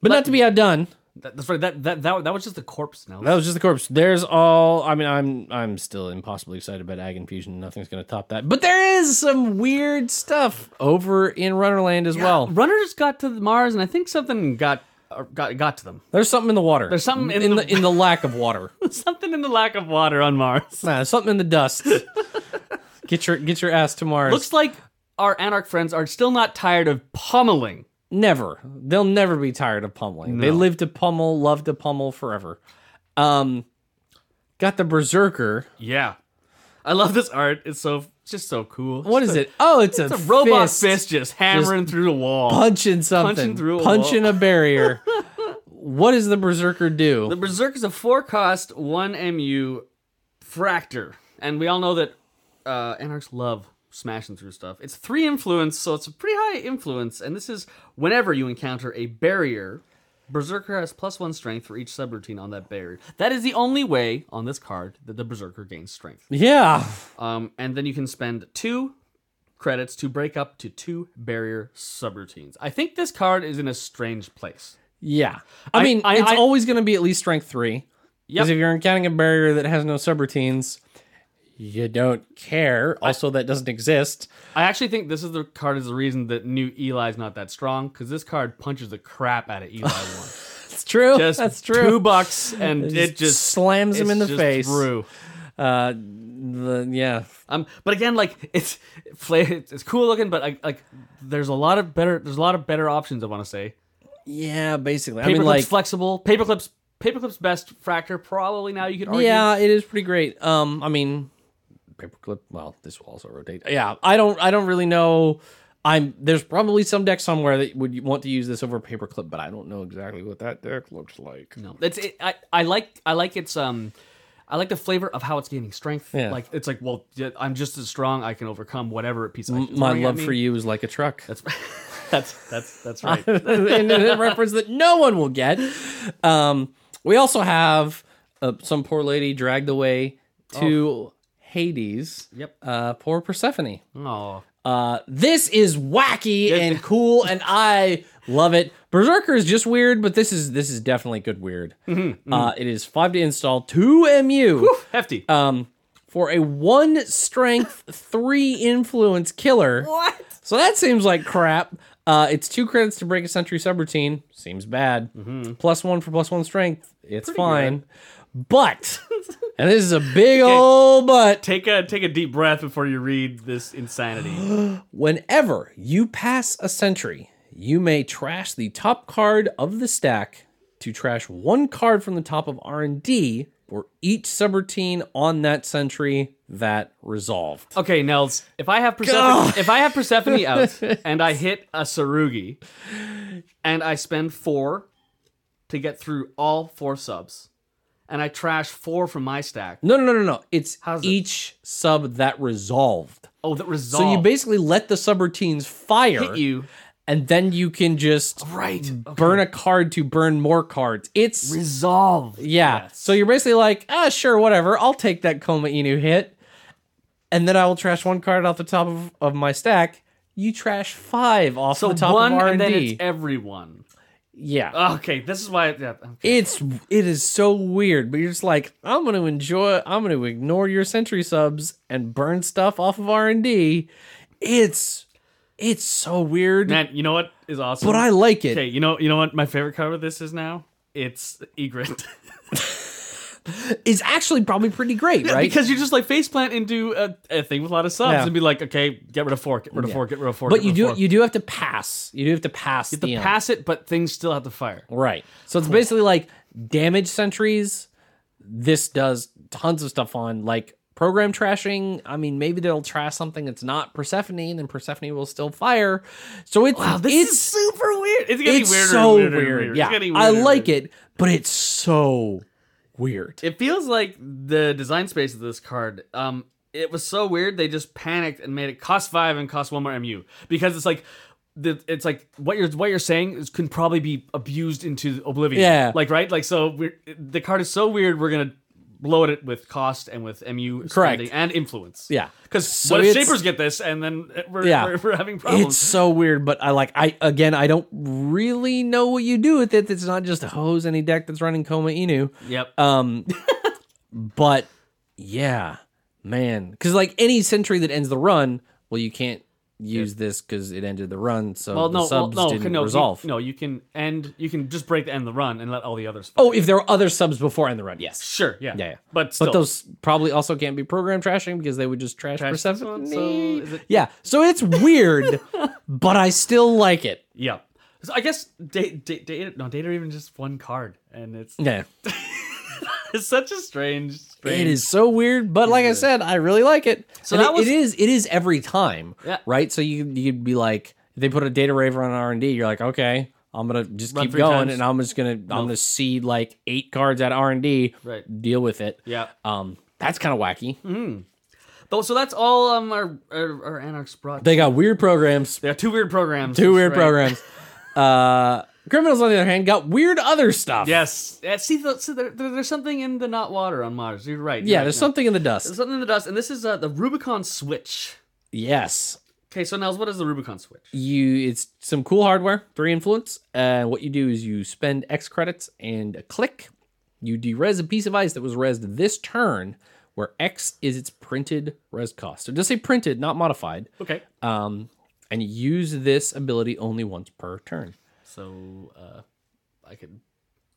but not to be outdone.
That, that's right. That, that that that was just the corpse. Now
That was just the corpse. There's all. I mean, I'm I'm still impossibly excited about Ag Infusion. Nothing's going to top that. But there is some weird stuff over in Runnerland as well.
runners Ah, got to Mars, and I think something got uh, got got to them.
There's something in the water.
There's something in
in
the-
the, in the lack of water.
something in the lack of water on Mars.
nah, there's something in the dust. Get your get your ass to Mars.
Looks like our anarch friends are still not tired of pummeling.
never. They'll never be tired of pummeling. They live to pummel, love to pummel forever. Um, got the berserker.
Yeah, I love this art. It's so it's just so cool.
What is it? Oh, it's,
It's a robot
fist
fist, just hammering through the wall.
punching something,
punching through a
punching a barrier. what does the berserker do?
The Berserk is a four cost, one MU fractor. And we all know that uh, Anarchs love smashing through stuff. It's three influence, so it's a pretty high influence. And this is whenever you encounter a barrier, Berserker has plus one strength for each subroutine on that barrier. That is the only way on this card that the Berserker gains strength.
yeah,
Um, and then you can spend two credits to break up to two barrier subroutines. I think this card is in a strange place.
yeah. I,
I-
mean,
I-
it's
I-
always going to be at least strength three.
Yep.
Because if you're encountering a barrier that has no subroutines, you don't care. Also, that doesn't exist.
I actually think this is the card is the reason that new Eli's not that strong because this card punches the crap out of Eli one.
It's true.
Just
That's
Two
true.
bucks and it just
slams him
it's
in the
just
face.
Through.
Uh, the, yeah,
Um, but again, like it's fla- it's cool looking, but like, like there's a lot of better there's a lot of better options. I want to say
yeah. Basically, I
paperclips
mean, like,
flexible paperclips paperclips best fractor probably now you could argue
yeah, it is pretty great. Um, I mean, paperclip. Well, this will also rotate. Yeah, I don't. I don't really know. I'm there's probably some deck somewhere that would want to use this over paperclip, but I don't know exactly what that deck looks like.
No, that's it. I, I like I like its um, I like the flavor of how it's gaining strength.
Yeah.
Like it's like well, yeah, I'm just as strong. I can overcome whatever piece of ice is
My
throwing at
love
me.
for you is like a truck.
That's That's that's that's right.
and a reference that no one will get. Um, we also have uh, some poor lady dragged away to Hades.
Yep.
Uh, poor Persephone.
Oh,
Uh, this is wacky and cool, and I love it. Berserker is just weird, but this is this is definitely good weird. Uh, it is five to install, two mu
hefty.
um, for a one strength, three influence killer.
What?
So that seems like crap. Uh, it's two credits to break a sentry subroutine. Seems bad. Plus one for plus one strength. It's fine. But, and this is a big old but,
take a take a deep breath before you read this insanity.
whenever you pass a sentry, you may trash the top card of the stack to trash one card from the top of R&D for each subroutine on that sentry that resolved.
okay, Nels, if I have Persephone, if I have Persephone out and I hit a Sarugi, and I spend four to get through all four subs, and I trash four from my stack.
No, no, no, no, no. It's
How's it-
each sub that resolved.
Oh, that resolve.
So you basically let the subroutines fire
hit you Mm.
and then you can just
right.
burn a card to burn more cards. It's
Resolve.
yeah. So you're basically like, ah, sure, whatever. I'll take that Koma Inu hit, and then I will trash one card off the top of, of my stack. You trash five off
So
the top
one
of R
and then it's
D.
everyone.
Yeah.
Okay, this is why. Yeah, okay.
it's it is so weird, but you're just like I'm gonna enjoy. I'm gonna ignore your century subs and burn stuff off of R and D. It's it's so weird,
Man, you know what is awesome?
but I like it.
Okay, you know, you know what my favorite cover of this is now? It's Egret.
It's actually probably pretty great, right?
because you just like faceplant into a, a thing with a lot of subs
Yeah.
and be like, okay, get rid of four, get rid of four, get rid of four.
but
get
you
rid
do
of four.
you do have to pass. You do have to pass.
have to
the end.
pass it, but things still have to fire.
Right. So it's basically like damage sentries. This does tons of stuff on like program trashing. I mean, maybe they'll trash something that's not Persephone, and Persephone will still fire. So it's it's
super weird. It's getting
it's
weirder.
so
and weirder and
weird.
weirder. It's
Yeah,
getting
I
weirder and
like
weirder.
it, but it's so weird.
It feels like the design space of this card. Um, it was so weird. They just panicked and made it cost five and cost one more mu because it's like. The, it's like what you're what you're saying is, can probably be abused into oblivion.
Yeah.
like right, like so. We're, the card is so weird. We're gonna load it with cost and with mu
Correct.
spending and influence.
Yeah.
because
So
what if
it's-
shapers get this and then uh, we're
Yeah.
we're, we're having problems.
It's so weird, but I like I again I don't really know what you do with it. It's not just hose any deck that's running Koma Inu.
yep.
Um, but yeah, man, because like any sentry that ends the run, well, you can't use this because it ended the run, so
well,
the
no, well,
subs
no,
didn't
no,
resolve.
You, no, you can end. You can just break the end of the run and let all the others.
Oh, if there were other subs before end the run, yes,
Sure, yeah,
Yeah, yeah.
but still,
but those probably also can't be program trashing because they would just trash,
Trash this
Persephone.
one, so is it-
Yeah, so it's weird, but I still like it.
yeah. So I guess data, data, no, data are even just one card, and it's
Yeah,
it's such a strange, strange.
it is so weird, but like I said, I really like it. So
that
it,
was-
it is it is every time,
Yeah.
right? So you you'd be like, if they put a data raver on R and D, you're like, okay, I'm gonna just
Run
keep
three
going,
times.
and I'm just gonna I'm gonna see like eight cards at R and D,
Right.
Deal with it.
Yeah. Mm-hmm.
Um, that's kind of wacky.
Though, so that's all um our our, our anarchs brought.
They got weird programs,
they are two weird programs.
two
that's
weird
right.
programs. Uh, criminals on the other hand got weird other stuff.
Yes. Yeah, see, the, see there, there- there's something in the not water on Mars. You're right. you're
Yeah,
right,
there's
no.
something in the dust.
There's something in the dust, and this is uh, the Rubicon switch.
Yes.
Okay, so Nels, what is the Rubicon switch?
you it's some cool hardware three influence and what you do is you spend x credits and a click you derez a piece of ice that was resed this turn where x is its printed res cost so just say printed not modified
Okay,
um and you use this ability only once per turn
so uh, I could,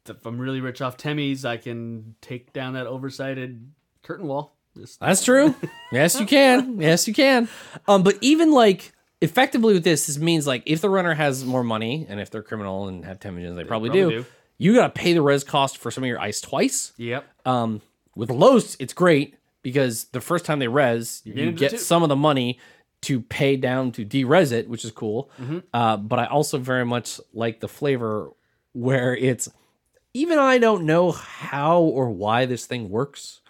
if I'm really rich off Temmies, I can take down that oversighted curtain wall. Just
That's true. yes, you can. Yes, you can. Um, but even like effectively with this, this means like if the runner has more money and if they're criminal and have temigens, they probably,
probably
do,
do.
You gotta pay the res cost for some of your ice twice.
yep.
Um, with Los, it's great because the first time they res, you
getting
get
two.
some of the money to pay down to derez it, which is cool. Uh, but I also very much like the flavor where it's even I don't know how or why this thing works.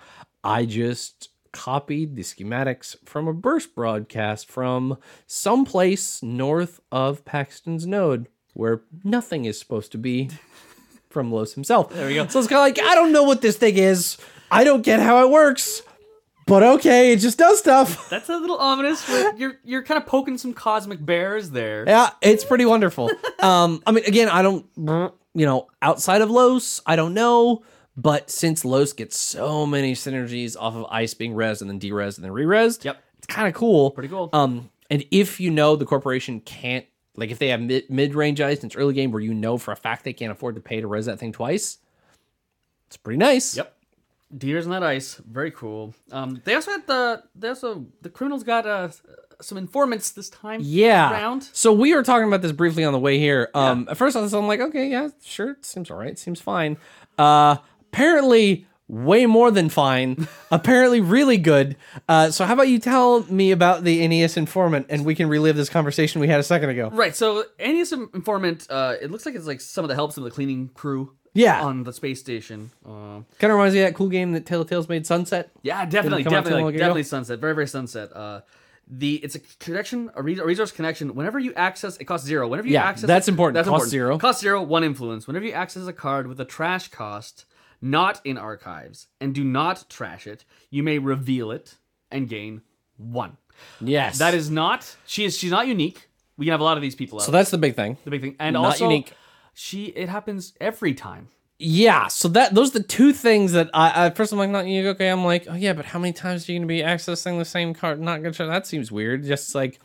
I just copied the schematics from a burst broadcast from someplace north of Paxton's node where nothing is supposed to be from Los himself. There we go. So it's kind of like, I don't know what this thing is. I don't get how it works. But okay, it just does stuff.
That's a little ominous. but You're you're kind of poking some cosmic bears there.
Yeah, it's pretty wonderful. Um, I mean, again, I don't, you know, outside of Los, I don't know. But since Los gets so many synergies off of Ice being res and then derez and then re-res,
Yep.
it's kind of cool.
Pretty cool.
Um, and if you know the corporation can't, like, if they have mid- mid-range ice and it's early game where you know for a fact they can't afford to pay to res that thing twice, it's pretty nice.
Yep. Deers on that ice. Very cool. Um, they also had the they also the criminals got uh some informants this time.
Yeah.
Round.
So we were talking about this briefly on the way here. Um, At first, I was I'm like, okay, yeah, sure, it seems all right, it seems fine. Uh, apparently, way more than fine. apparently, really good. Uh, so how about you tell me about the NES informant, and we can relive this conversation we had a second ago.
Right. So Annie's informant. Uh, it looks like it's like some of the help, some of the cleaning crew.
Yeah.
On the space station. Uh,
Kind of reminds me of that cool game that Telltale's made, Sunset.
yeah, definitely,
come out too
definitely,
long
like,
ago?
definitely sunset. Very, very sunset. Uh, the it's a connection, a, re- a resource connection. Whenever you access, it costs zero. Whenever you
Yeah,
access,
that's important. Costs zero.
Cost zero, one influence. Whenever you access a card with a trash cost not in archives and do not trash it, you may reveal it and gain one.
Yes,
That is not she is she's not unique. We have a lot of these people out.
So that's the big thing.
the big thing, and
not
also
unique.
she it happens every time.
Yeah, so that those are the two things that I, I first I'm like not you okay. I'm like, oh yeah, but how many times are you gonna be accessing the same card? Not gonna try. That seems weird. Just like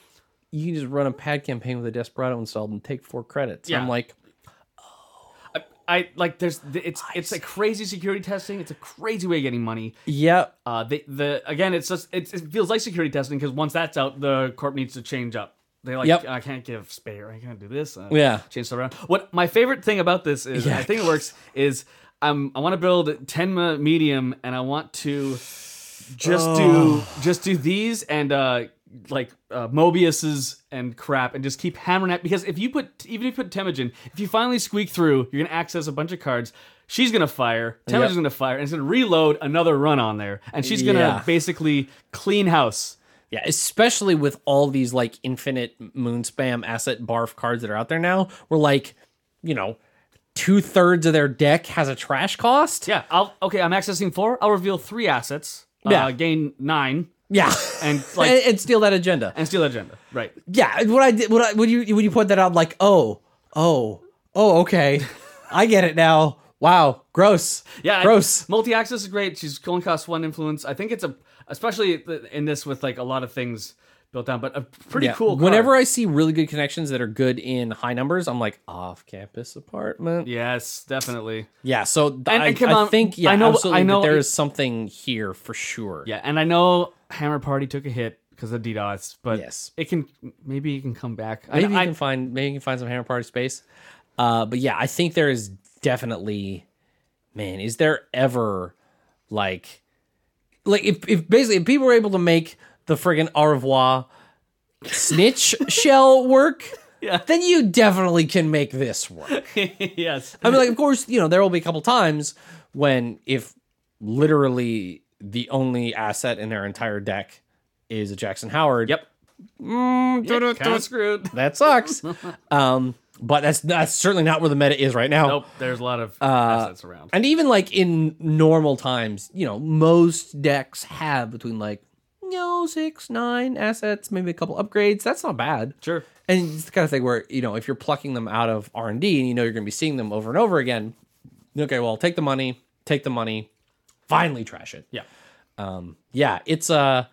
you can just run a pad campaign with a Desperado installed and take four credits.
Yeah.
I'm like,
I like there's th- it's it's a crazy security testing. It's a crazy way of getting money.
yeah,
Uh, they, the again, it's just it's, it feels like security testing because once that's out, the corp needs to change up. They like
Yep.
I can't give spare. I can't do this. Uh,
Yeah.
change stuff around. What my favorite thing about this is I think it works is um I want to build Tenma medium and I want to just do just do these and uh like uh, Mobius's and crap and just keep hammering at because if you put even if you put Temujin if you finally squeak through you're gonna access a bunch of cards she's gonna fire Temujin's
Yep.
gonna fire and it's gonna reload another run on there and she's gonna
Yeah.
basically clean house
yeah. Especially with all these like infinite moon spam asset barf cards that are out there now, where like, you know, two thirds of their deck has a trash cost.
yeah I'll okay I'm accessing four I'll reveal three assets uh,
Yeah. Eh.
gain nine
yeah,
and
like,
like
and, and steal that agenda.
and steal agenda right
Yeah, what I did, what I, when you when you point that out, I'm like, oh, oh, oh, okay, I get it now. Wow, gross.
Yeah,
gross.
Multi access is great. She's only costs one influence. I think it's a especially th- in this with like a lot of things built down, but a pretty
Yeah,
cool. Card.
Whenever I see really good connections that are good in high numbers, I'm like off-campus apartment. Yeah.
yes, definitely.
so th-
And-
I,
and come
I
on,
think yeah,
I know-
absolutely
I know-
that there is something here for sure.
Yeah, and I know Hammer Party took a hit because of DDoS, but
Yes.
it can maybe it can come back. I-
Maybe you
I,
can find maybe you can find some hammer party space. Uh, but yeah, I think there is definitely man, is there ever like like if, if basically if people were able to make the friggin' au revoir snitch shell work,
Yeah.
then you definitely can make this work.
yes,
I mean, like, of course, you know, there will be a couple times when if literally the only asset in their entire deck is a Jackson Howard.
Yep.
Mm,
kind of screwed.
that sucks. um, but that's that's certainly not where the meta is right now.
Nope, there's a lot of assets around.
And even like in normal times, you know, most decks have between like you know six, nine assets, maybe a couple upgrades. That's not bad.
Sure.
And it's the kind of thing where you know if you're plucking them out of R and D and you know you're going to be seeing them over and over again. Okay, well, take the money, take the money, finally trash it.
Yeah.
Um, yeah, it's uh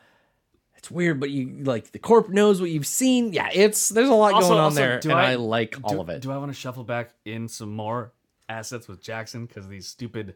it's weird, but you like the corp knows what you've seen. Yeah, it's there's a lot
Also-
going on
also,
there,
do
and I,
I-
like all
do,
of it.
Do I want to shuffle back in some more assets with Jackson because these stupid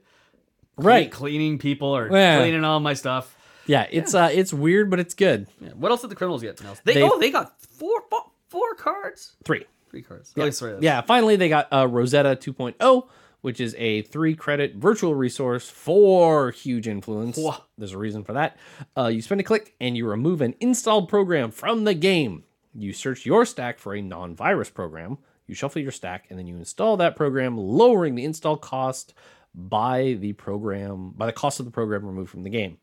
right?
cleaning people are
Yeah.
cleaning all my stuff?
Yeah, it's uh it's weird, but it's good.
Yeah, What else did the criminals get? Nels? They,
They-
oh, they got four, four, four cards,
Three.
three cards. Yeah. Oh, sorry, that's-
Yeah, finally they got uh, Rosetta 2.0, which is a three credit virtual resource for huge influence.
Wha-
There's a reason for that. Uh, you spend a click and you remove an installed program from the game. You search your stack for a non virus program. You shuffle your stack and then you install that program, lowering the install cost by the program, by the cost of the program removed from the game.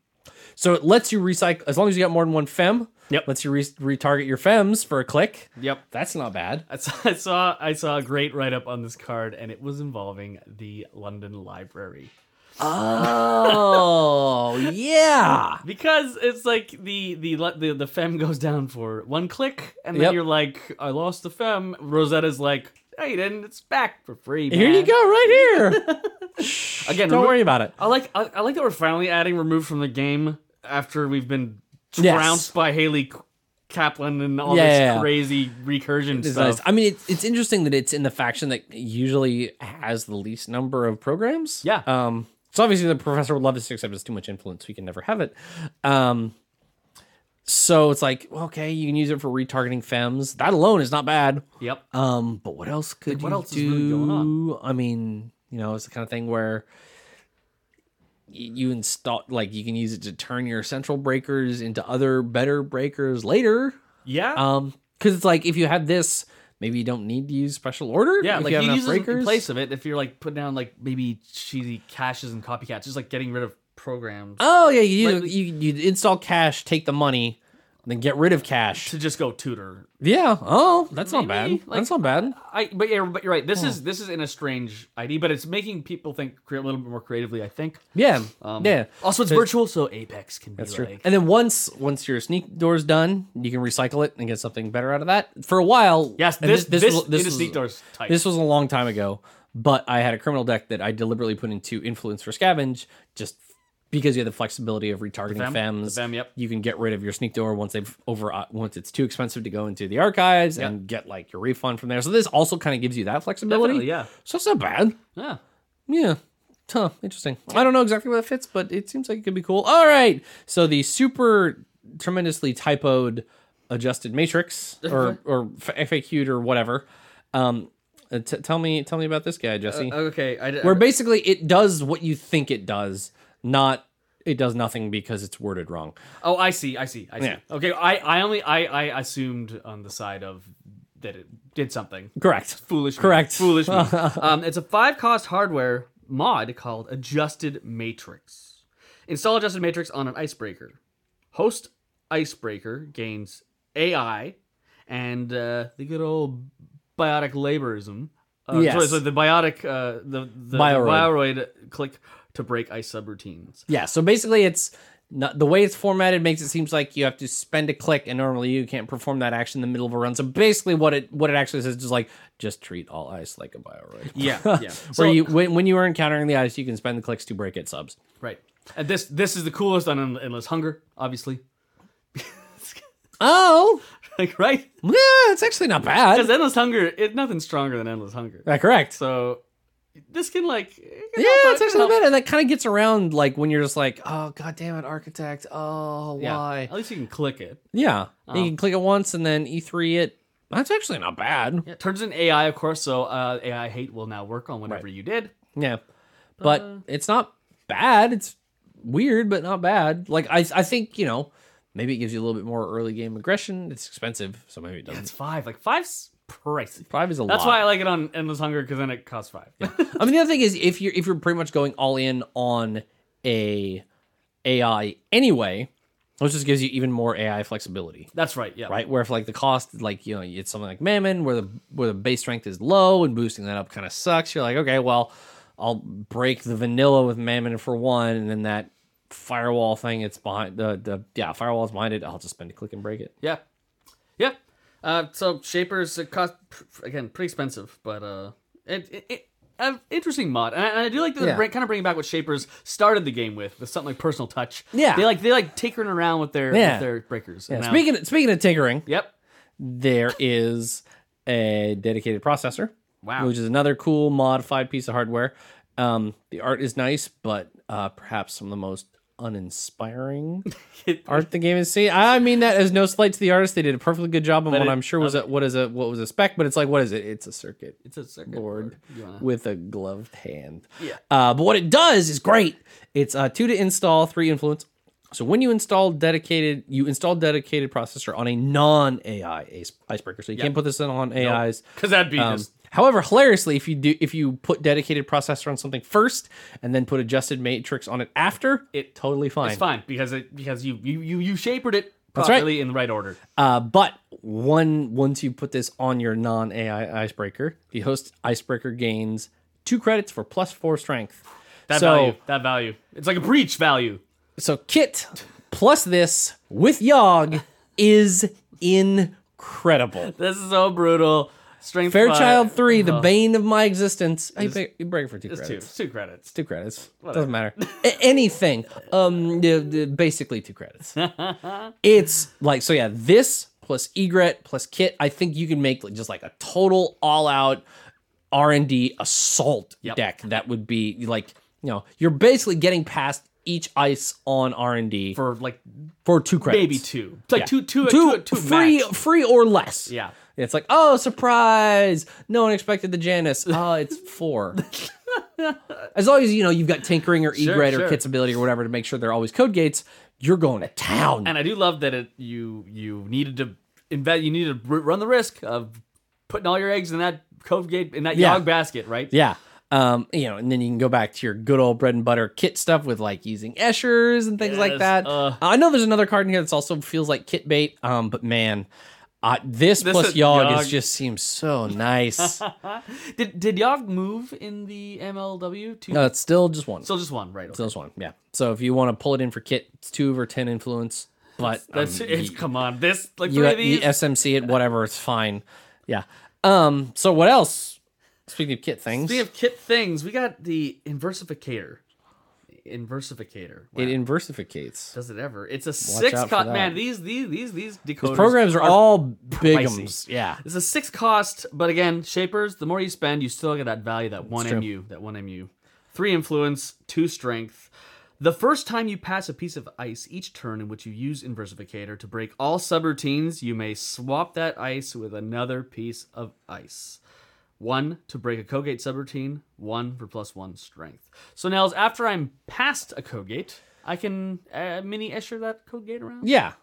So it lets you recycle as long as you got more than one fem.
Yep.
Lets you re- retarget your fems for a click.
Yep.
That's not bad.
I saw, I saw I saw a great write up on this card, and it was involving the London Library
Oh yeah.
because it's like the the le- the, the fem goes down for one click, and then
Yep.
you're like, I lost the fem. Rosetta's like, No, you didn't. It's back for free.
Here you
man."
go, right here.
Again,
Don't
remo-
worry about it.
I like I, I like that we're finally adding removed from the game after we've been
Yes.
trounced by Haley Kaplan and all
Yeah,
this
yeah, yeah.
crazy recursion
It's
stuff.
nice. I mean, it, it's interesting that it's in the faction that usually has the least number of programs.
Yeah.
Um. So obviously, the professor would love this, except it's too much influence. We can never have it. Um. So it's like, well, okay, you can use it for retargeting fems. That alone is not bad.
Yep.
Um. But what else could
Like, what
you
else is
do?
really going
I mean, you know, it's the kind of thing where y- you install like you can use it to turn your central breakers into other better breakers later
Yeah.
um, because it's like if you have this, maybe you don't need to use special order.
Yeah,
if
like
you
you,
have
use
enough
it in
breakers.
place of it if you're like putting down like maybe cheesy caches and copycats, just like getting rid of programs
Oh yeah, you,
Like-
you you install cash, take the money, and then get rid of cash.
to just go tutor.
Yeah. Oh, that's not bad.
Maybe, like-
that's not bad.
I but yeah, but you're right. This is this is in a strange ID, but it's making people think cre- a little bit more creatively. I think.
Yeah.
Um,
yeah.
Also, it's virtual, so Apex can
That's
be
true.
like.
And then once once your sneak door's done, you can recycle it and get something better out of that. For a while,
Yes,
and
this this, this,
was-
in a
was-
sneak doors type.
This was a long time ago, but I had a criminal deck that I deliberately put into influence for scavenge just because you have the flexibility of retargeting
fem?
fems.
The fem, yep.
You can get rid of your sneak door once they've over uh, once it's too expensive to go into the archives and get like your refund from there. So this also kind of gives you that flexibility.
Definitely, yeah,
So it's not bad.
yeah.
Yeah. Huh, interesting. I don't know exactly where that fits, but it seems like it could be cool. All right. So the super tremendously typoed adjusted matrix or or f- FAQ'd or whatever. Um uh, t- tell me tell me about this guy,
Uh,
Jesse.
Okay, I,
Where basically it does what you think it does, not it does nothing because it's worded wrong.
Oh, I see. I see. I see.
Yeah.
Okay, I, I only I, I assumed on the side of that it did something.
Correct.
Foolish. me.
Correct.
Foolish. me. um, it's a five cost hardware mod called Adjusted Matrix. Install Adjusted Matrix on an icebreaker. Host icebreaker gains AI and uh, the good old biotic laborism. Uh,
Yes.
sorry, sorry, the biotic, uh, the, the
Bioroid.
bioroid click to break ice subroutines.
Yeah, so basically it's not, the way it's formatted makes it seems like you have to spend a click and normally you can't perform that action in the middle of a run. So basically what it what it actually says is just like just treat all ice like a bioroid.
Yeah, yeah. So-
Where you when, when you are encountering the ice, you can spend the clicks to break it subs.
Right. And this this is the coolest on En- Endless Hunger, obviously.
Oh,
like right?
yeah, it's actually not bad.
Because Endless Hunger, it nothing's stronger than Endless Hunger.
That correct.
So this can like it can
yeah,
help-
it's
it can
actually not
help.
bad, and that kind of gets around like when you're just like, oh god damn it, architect. Oh
Yeah.
why?
At least you can click it.
Yeah, you can click it once and then E3 it. That's actually not bad.
Yeah, it turns in AI, of course. So uh, AI hate will now work on whatever you did.
Yeah. But
Uh.
it's not bad. It's weird, but not bad. Like I I think, you know, maybe it gives you a little bit more early game aggression. It's expensive, so maybe it doesn't.
It's five. Like five's pricey.
Five is a
That's why I
lot.
like it on Endless Hunger because then it costs five.
I mean the other thing is if you're if you're pretty much going all in on a AI anyway, which just gives you even more AI flexibility.
That's right. Yeah.
Right, where if like the cost, like you know, it's something like Mammon, where the where the base strength is low and boosting that up kind of sucks. You're like, okay, well, I'll break the vanilla with Mammon for one, and then that firewall thing, it's behind the the yeah firewall is behind it. I'll just spend a click and break it.
Yeah. Yeah. Uh, so shapers it cost pr- again pretty expensive, but uh, it, it, it uh, interesting mod, and I, and I do like the
Yeah.
kind of bringing back what shapers started the game with, with something like personal touch.
Yeah.
they like they like tinkering around with their
Yeah.
with their breakers.
Yeah,
and now-
speaking speaking of tinkering,
yep,
there is a dedicated processor,
Wow.
which is another cool modified piece of hardware. Um, the art is nice, but uh, perhaps some of the most uninspiring art the game has seen. I mean that as no slight to the artist; they did a perfectly good job on what
it-
I'm sure was a what is a what was a spec, but it's like what is it? It's a circuit
it's a circuit
board
You wanna-
with a gloved hand.
Yeah.
Uh, but what it does is great. It's uh, two to install, three influence. So when you install dedicated, you install dedicated processor on a non AI icebreaker. So you can't put this in on AIs. Um,
Cause that'd be just
However, hilariously, if you do if you put dedicated processor on something first and then put adjusted matrix on it after,
It-
totally fine.
It's fine because it because you you you, you shapered it
right.
properly in the right order.
Uh, but one once you put this on your non AI icebreaker, the host icebreaker gains two credits for plus four strength.
That
so
value. That value. It's like a breach value.
so kit plus this with Yogg is incredible.
This is so brutal. Strength.
Fairchild
five.
three, the bane of my existence. I break, you break for two
It's
credits.
two. It's two credits.
Two credits. Doesn't matter. A- anything. Um, the- the- basically two credits. it's like so. Yeah, this plus egret plus kit. I think you can make like, just like a total all out R and D assault deck. That would be like you know you're basically getting past each ice on R and D for,
For like
two credits.
maybe two. It's like
Yeah.
two, two,
Two,
two, two
free,
max.
free or less.
Yeah.
It's like, oh, surprise! No one expected the Janus. Oh, it's four. as long as you know you've got tinkering or egret
sure.
or kit's ability or whatever to make sure they're always code gates, you're going to town.
And I do love that it you you needed to invent. You needed to r- run the risk of putting all your eggs in that cove gate in that
Yeah.
yog basket, right?
yeah. Um, you know, and then you can go back to your good old bread and butter kit stuff with like using Eschers and things like
Yes,
that.
uh.
I know there's another card in here that's also feels like kit bait. Um, but man, uh, this,
This
plus
is
Yogg
Yogg.
is just seems so nice. no,
Did did yog move in the MLW? To
it's still just one.
still just one, right?
So this one, yeah. So if you want to pull it in for kit, it's two over ten influence, but
That's
um,
it's, come on. This like
you,
three of
you,
these.
SMC it, whatever, it's fine. Yeah. Um. So what else? Speaking of kit things,
Speaking of kit things, we got the inversificator. Inversificator. Wow.
it inversificates.
Does it ever? It's a six
out for
cost.
that.
Man, these these these these decoders.
These programs are, all bigums.
pricey.
Yeah.
It's a six cost, but again, shapers. The more you spend, you still get that value. That one
true.
mu. That one mu. Three influence. Two strength. The first time you pass a piece of ice each turn in which you use Inversificator to break all subroutines, you may swap that ice with another piece of ice. One to break a Kogate subroutine, one for plus one strength. So, Nels, after I'm past a Kogate, I can uh, mini Escher that Kogate around?
Yeah.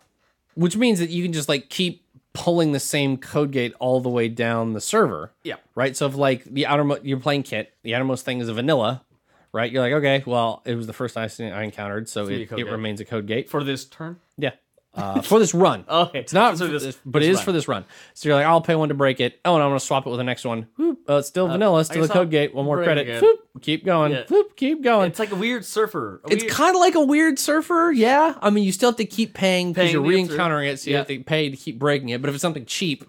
Which means that you can just like keep pulling the same code gate all the way down the server.
Yeah.
right? So if like the outermost, you're playing kit, the outermost thing is a vanilla, right? You're like, okay, well, it was the first ice I encountered, so
be a
it,
code
it
gate.
remains a code gate.
For this turn?
yeah, uh, for this run.
Okay.
It's not,
Oh, So
for
this-
this, but
this
it is
run.
for this run. So you're like, I'll pay one to break it. Oh, and I'm gonna swap it with the next one. Whoop, oh, it's still vanilla, still a
Uh, guess I'll
code gate. One more
break
credit.
again.
Whoop, keep going.
Yeah.
Whoop, keep going.
It's like a weird surfer. a
It's
weird-
kind of like a weird surfer, yeah. I mean, you still have to keep paying because
Paying
you're
to get through.
re-encountering it, so you
Yeah.
have to pay to keep breaking it. But if it's something cheap,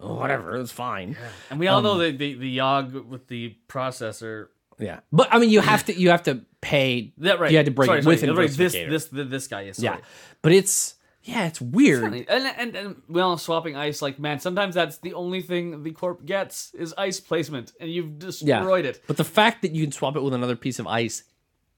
oh, whatever, it's fine.
And we all
um,
know the, the the Yogg with the processor.
Yeah, but I mean, you have to you have to pay.
That right.
You had to break
sorry,
it
sorry,
with an
right, this
inversificator.
this th- this guy is
Yeah,
sorry.
but it's yeah, it's weird.
And, and and well, swapping ice like man. Sometimes that's the only thing the corp gets is ice placement, and you've
yeah,
destroyed it.
But the fact that you can swap it with another piece of ice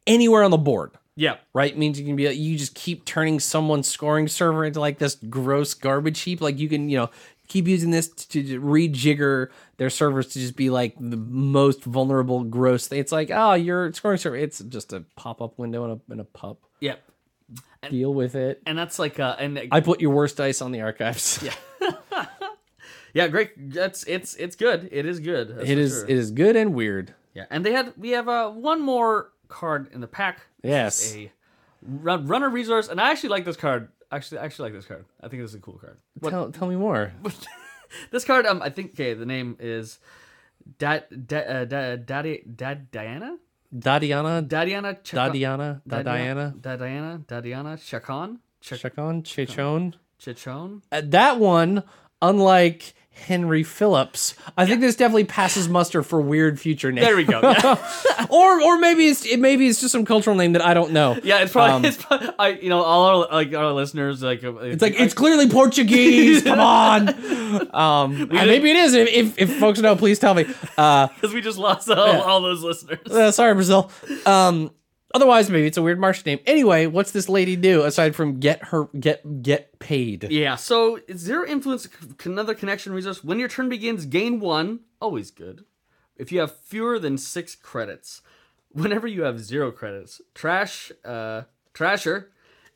anywhere on the board,
Yeah,
right, means you can be you just keep turning someone's scoring server into like this gross garbage heap. Like you can you know keep using this to, to rejigger their servers to just be like the most vulnerable, gross. Thing. It's like oh, your scoring server. It's just a pop up window and a and a pup.
yeah.
Deal with it.
And that's like uh, and
I put your worst dice on the archives.
yeah, great. That's it's it's good. It is good. that's
It
for
is
sure.
it is good and weird.
Yeah, and they had we have uh, one more card in the pack. which is
Yes.
a run, runner resource, and I actually like this card. Actually, I actually like this card. I think this is a cool card. What-
Tell, tell me more.
This card, um, I think okay, the name is da da uh, da Daddy da Diana
Dadiana,
Dadiana Chacon
Dadiana, Dadiana,
Da Diana Dadiana Chacon Ch-
Chacon, Chichon.
Chichon.
Uh, that one, unlike Henry Phillips, I think this definitely passes muster for weird future name.
There we go. Yeah,
or or maybe it's it, maybe it's just some cultural name that I don't know.
yeah it's probably it's probably, I you know all our like our listeners like
It's like it's clearly Portuguese. Come on, um, and maybe it is. If, if, if folks know, please tell me. Uh,
because we just lost all, all those listeners.
Uh, sorry, Brazil. Um, otherwise, maybe it's a weird Martian name. Anyway, what's this lady do aside from get her get get paid?
Yeah, so it's zero influence, c- another connection resource. When your turn begins, gain one. Always good. If you have fewer than six credits, whenever you have zero credits, trash, uh, trasher,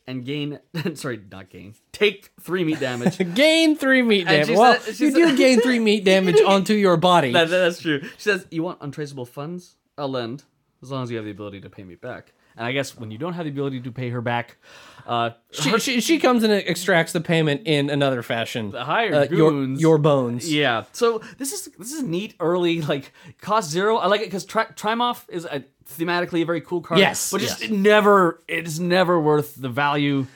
and gain. sorry, not gain. Take three meat damage.
Gain three meat
And
damage.
she
Well,
said- she
you
said-
do gain three meat damage onto your body.
That- that's true. She says, "You want untraceable funds? I'll lend, as long as you have the ability to pay me back." And I guess when you don't have the ability to pay her back, uh,
She, she, she comes and extracts the payment in another fashion. The
hired
your,
goons.
your bones.
Yeah. So this is this is neat early like cost zero. I like it because Tri- Trimoff is a, thematically a very cool card.
Yes,
but just
yes.
it never it is never worth the value.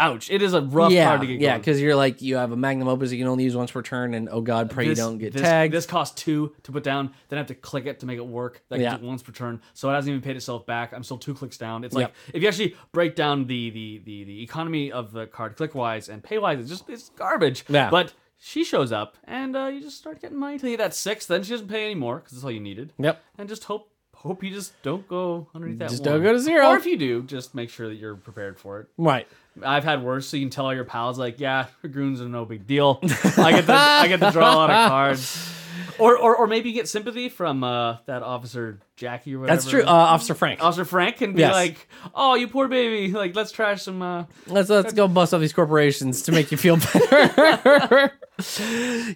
Ouch! It is a rough
Yeah,
card to get.
yeah,
going.
because you're like you have a magnum opus you can only use once per turn, and oh god, pray
This-
you don't get
this,
tagged.
This costs two to put down. Then I have to click it to make it work. That
Yeah.
yeah. once per turn, so it hasn't even paid itself back. I'm still two clicks down. It's like
Yep.
if you actually break down the the the, the economy of the card, click wise and pay wise, it's just it's garbage.
Yeah.
But she shows up, and uh, you just start getting money till you get that six. Then she doesn't pay anymore because that's all you needed.
Yep.
And just hope hope you just don't go underneath that.
Just
one.
don't go to zero.
Or if you do, just make sure that you're prepared for it.
right.
I've had worse, so you can tell all your pals, like, yeah, goons are no big deal. I get the I get to draw a lot of cards. Or, or, or maybe you get sympathy from uh, that officer Jackie or whatever.
That's true. Uh, Officer Frank.
officer Frank can be
Yes.
like, "Oh, you poor baby! Like, let's trash some." Uh...
Let's let's go bust up these corporations to make you feel better.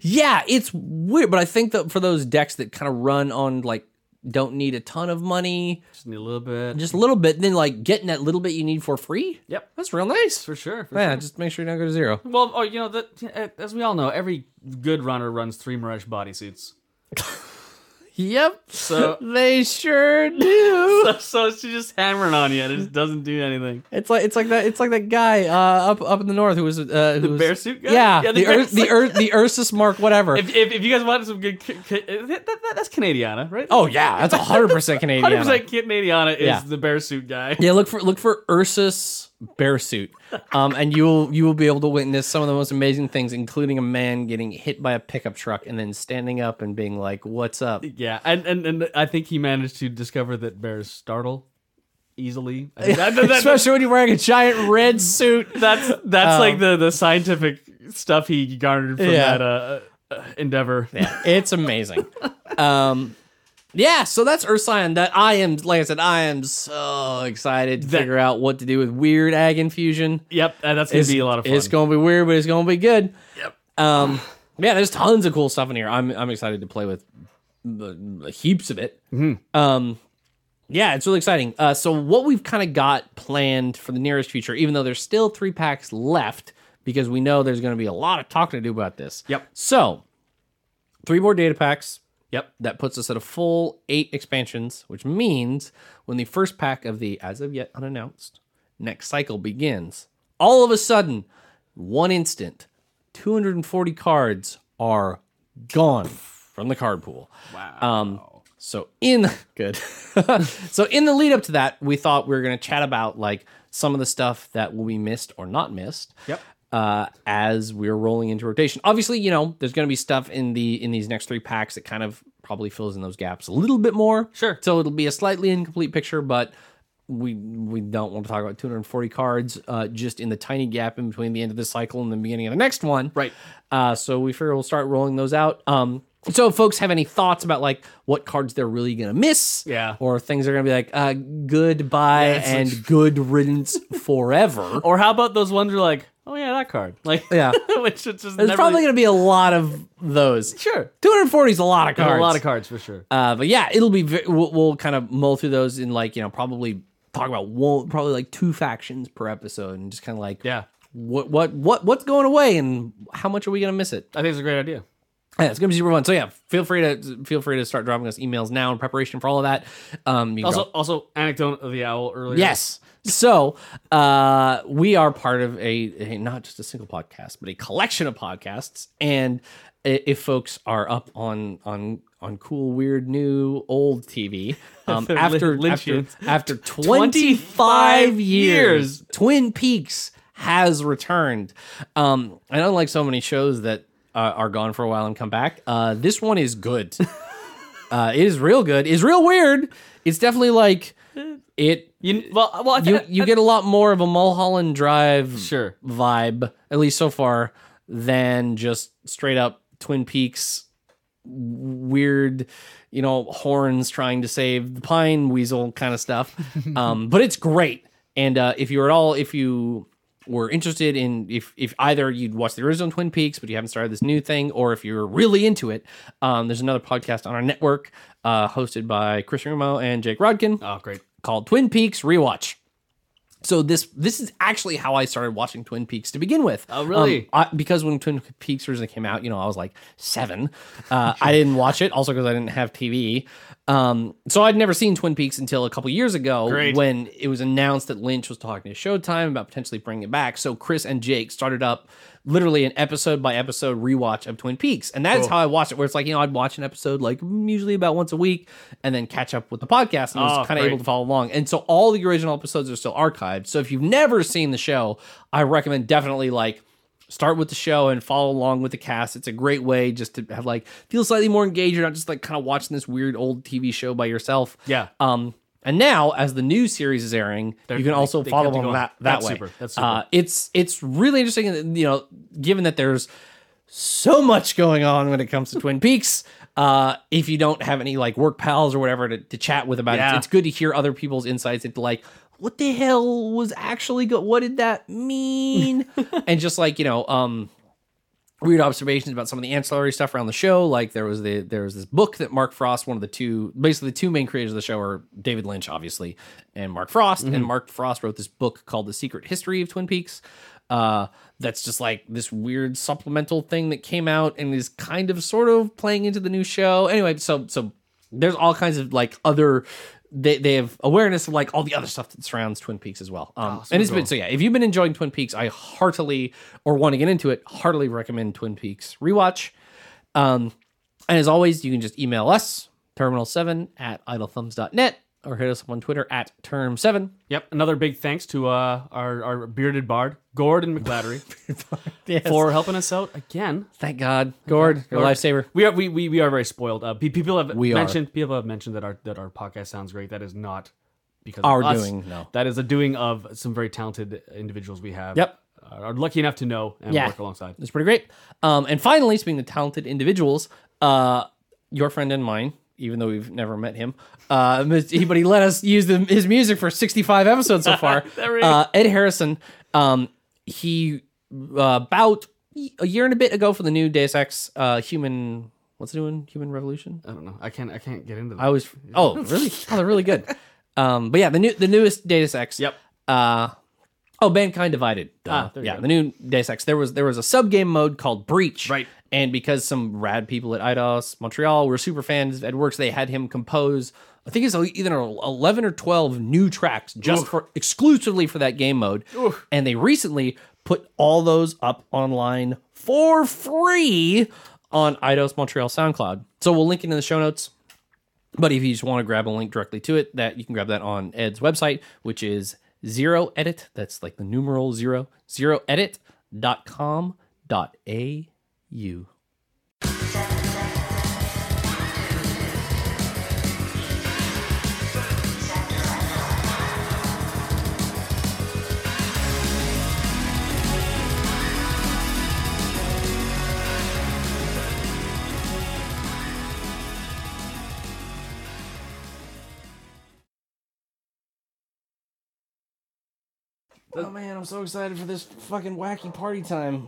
yeah, it's weird, but I think that for those decks that kind of run on like don't need a ton of money,
Just need a little bit.
just a little bit, then like getting that little bit you need for free.
Yep,
That's real nice.
for sure. For
Yeah, just make sure you don't go to zero.
sure. Well, oh, you know that as we all know, every good runner runs three Mirage bodysuits.
Yep.
So-
they sure do.
So, so she's just hammering on you, and it just doesn't do anything.
It's like it's like that it's like that guy uh, up up in the north who was uh, who the was,
bear suit guy?
Yeah,
Yeah, the
the
bear
Ur- the,
suit.
Ur- the Ursus Mark whatever.
If, if, if you guys want some good, ca- ca- eh, that, that, that's Canadiana, right?
oh yeah, that's hundred percent Canadian.
Hundred percent Canadiana is
Yeah.
the bear suit guy.
Yeah, look for look for Ursus bear suit, um, and you will you will be able to witness some of the most amazing things, including a man getting hit by a pickup truck and then standing up and being like, "What's up?"
Yeah, and, and and I think he managed to discover that bears startle easily. I think that- that- that-
Especially when you're wearing a giant red suit.
that's that's like the the scientific stuff he garnered from
Yeah.
that uh, uh, endeavor.
Yeah, it's amazing. Um, yeah, so that's Ursine. That I am, like I said, I am so excited to
That-
figure out what to do with weird ag infusion.
Yep, and that's gonna be a lot of fun.
It's gonna be weird, but it's gonna be good. Yep. Um, yeah, there's tons of cool stuff in here. I'm I'm excited to play with uh, heaps of it.
Mm-hmm.
Um, yeah, it's really exciting. Uh, so what we've kind of got planned for the nearest future, even though there's still three packs left, because we know there's gonna be a lot of talking to do about this.
Yep.
So three more data packs.
yep,
That puts us at a full eight expansions, which means when the first pack of the as of yet unannounced next cycle begins, all of a sudden, one instant, 240 cards are gone from the card pool. Wow. Um, so in good. so in the lead up to that, we thought we were going to chat about like some of the stuff that will be missed or not missed
yep.
uh, as we're rolling into rotation. Obviously, you know, there's going to be stuff in the in these next three packs that kind of probably fills in those gaps a little bit more.
Sure.
So it'll be a slightly incomplete picture, but we we don't want to talk about 240 cards uh, just in the tiny gap in between the end of this cycle and the beginning of the next one.
Right.
Uh, so we figure we'll start rolling those out. Um, so if folks have any thoughts about like what cards they're really gonna miss,
Yeah.
or things are gonna be like uh, goodbye
it's
and good riddance forever.
Or how about those ones where like, oh yeah, that card, like
Yeah.
which it's just
There's
never,
probably going to be a lot of those.
Sure.
240 is a lot of
a
cards.
lot of cards for sure.
Uh, but yeah, it'll be. Ve- we'll, we'll kind of mull through those in like you know probably talk about one, probably like two factions per episode and just kind of like
yeah,
what what what what's going away and how much are we going to miss it?
I think it's a great idea.
Yeah, it's going to be super fun. So yeah, feel free to feel free to start dropping us emails now in preparation for all of that. Um, you can
Also, also anecdote of the owl earlier.
Yes. So uh, we are part of a, a not just a single podcast, but a collection of podcasts. And i- if folks are up on on on cool, weird, new, old TV, um,
They're
after
Lin-
after
Lynchians.
after twenty five years, Twin Peaks has returned. Um, and unlike so many shows that uh, are gone for a while and come back, uh, this one is good. uh, it is real good. It's real weird. It's definitely like it
You, well, well, I
you
think,
you get a lot more of a Mulholland Drive
Sure.
vibe, at least so far, than just straight up Twin Peaks weird, you know, horns trying to save the pine weasel kind of stuff. um, but it's great. And uh, if you're at all, if you were interested in if if either you'd watched the original Twin Peaks but you haven't started this new thing, or if you're really into it, um, there's another podcast on our network uh, hosted by Chris Rumo and Jake Rodkin
Oh, great.
called Twin Peaks Rewatch. So this this is actually how I started watching Twin Peaks to begin with. Um,
Oh, really?
I, because when Twin Peaks originally came out, you know, I was like seven. Uh, I didn't watch it, also because I didn't have TV. Um, so I'd never seen Twin Peaks until a couple years ago
Great.
when it was announced that Lynch was talking to Showtime about potentially bringing it back. So Chris and Jake started up literally an episode by episode rewatch of Twin Peaks, and that's
Cool.
how I watched it. Where it's like you know I'd watch an episode like usually about once a week, and then catch up with the podcast. And I was
Oh,
kind of
great.
able to follow along. And so all the original episodes are still archived. So if you've never seen the show, I recommend definitely like start with the show and follow along with the cast. It's a great way just to have like feel slightly more engaged. You're not just like kind of watching this weird old TV show by yourself.
Yeah.
Um and now as the new series is airing, you can also
they
follow
kept it
along
going.
that, that
That's
way.
super. That's super.
Uh, it's it's really interesting that, you know, given that there's so much going on when it comes to Twin Peaks. Uh, if you don't have any like work pals or whatever to, to chat with about
Yeah.
it, it's good to hear other people's insights into like what the hell was actually go- what did that mean, and just like you know, um, weird observations about some of the ancillary stuff around the show. Like there was the there was this book that Mark Frost, one of the two, basically the two main creators of the show are David Lynch, obviously, and Mark Frost. And Mark Frost wrote this book called The Secret History of Twin Peaks. Uh, that's just like this weird supplemental thing that came out and is kind of sort of playing into the new show. Anyway, so so there's all kinds of like other they, they have awareness of like all the other stuff that surrounds Twin Peaks as well. Um, and it's been so yeah. If you've been enjoying Twin Peaks, I heartily or want to get into it, heartily recommend Twin Peaks rewatch. Um, and as always, you can just email us terminal7 at idlethumbs.net or hit us up on Twitter at term7.
Yep. Another big thanks to uh, our, our bearded bard, Gordon McLattery,
For
for helping us out again.
thank God, Gord, your
Gord.
lifesaver.
We are we, we, we are very spoiled. Uh, pe- people have
We are.
mentioned people have mentioned that our that our podcast sounds great. That is not because
Our
of us.
doing, no.
That is a doing of some very talented individuals we have.
Yep.
uh, Are lucky enough to know and
Yeah.
work alongside.
It's pretty great. Um, and finally, speaking of talented individuals, uh, your friend and mine, even though we've never met him, uh, mis- he, but he let us use the, his music for 65 episodes so far.
There he
uh, Ed Harrison, um, he uh, about a year and a bit ago for the new Deus Ex uh, Human, what's it doing? Human Revolution?
I don't know. I can't I can't get into that.
I was oh really oh they're really good. Um, but yeah, the new the newest Deus Ex.
Yep.
Uh, oh, Mankind Divided. Duh.
Ah, there you
yeah,
go.
the new Deus Ex. There was there was a sub game mode called Breach.
Right.
And because some rad people at IDOS Montreal were super fans of Ed Works, they had him compose. I think it's either eleven or twelve new tracks just for exclusively for that game mode. And they recently put all those up online for free on IDOS Montreal SoundCloud. So we'll link it in the show notes. But if you just want to grab a link directly to it, that you can grab that on Ed's website, which is zero edit. That's like the numeral zero, zero edit dot com dot au. Oh man, I'm so excited for this fucking wacky party time.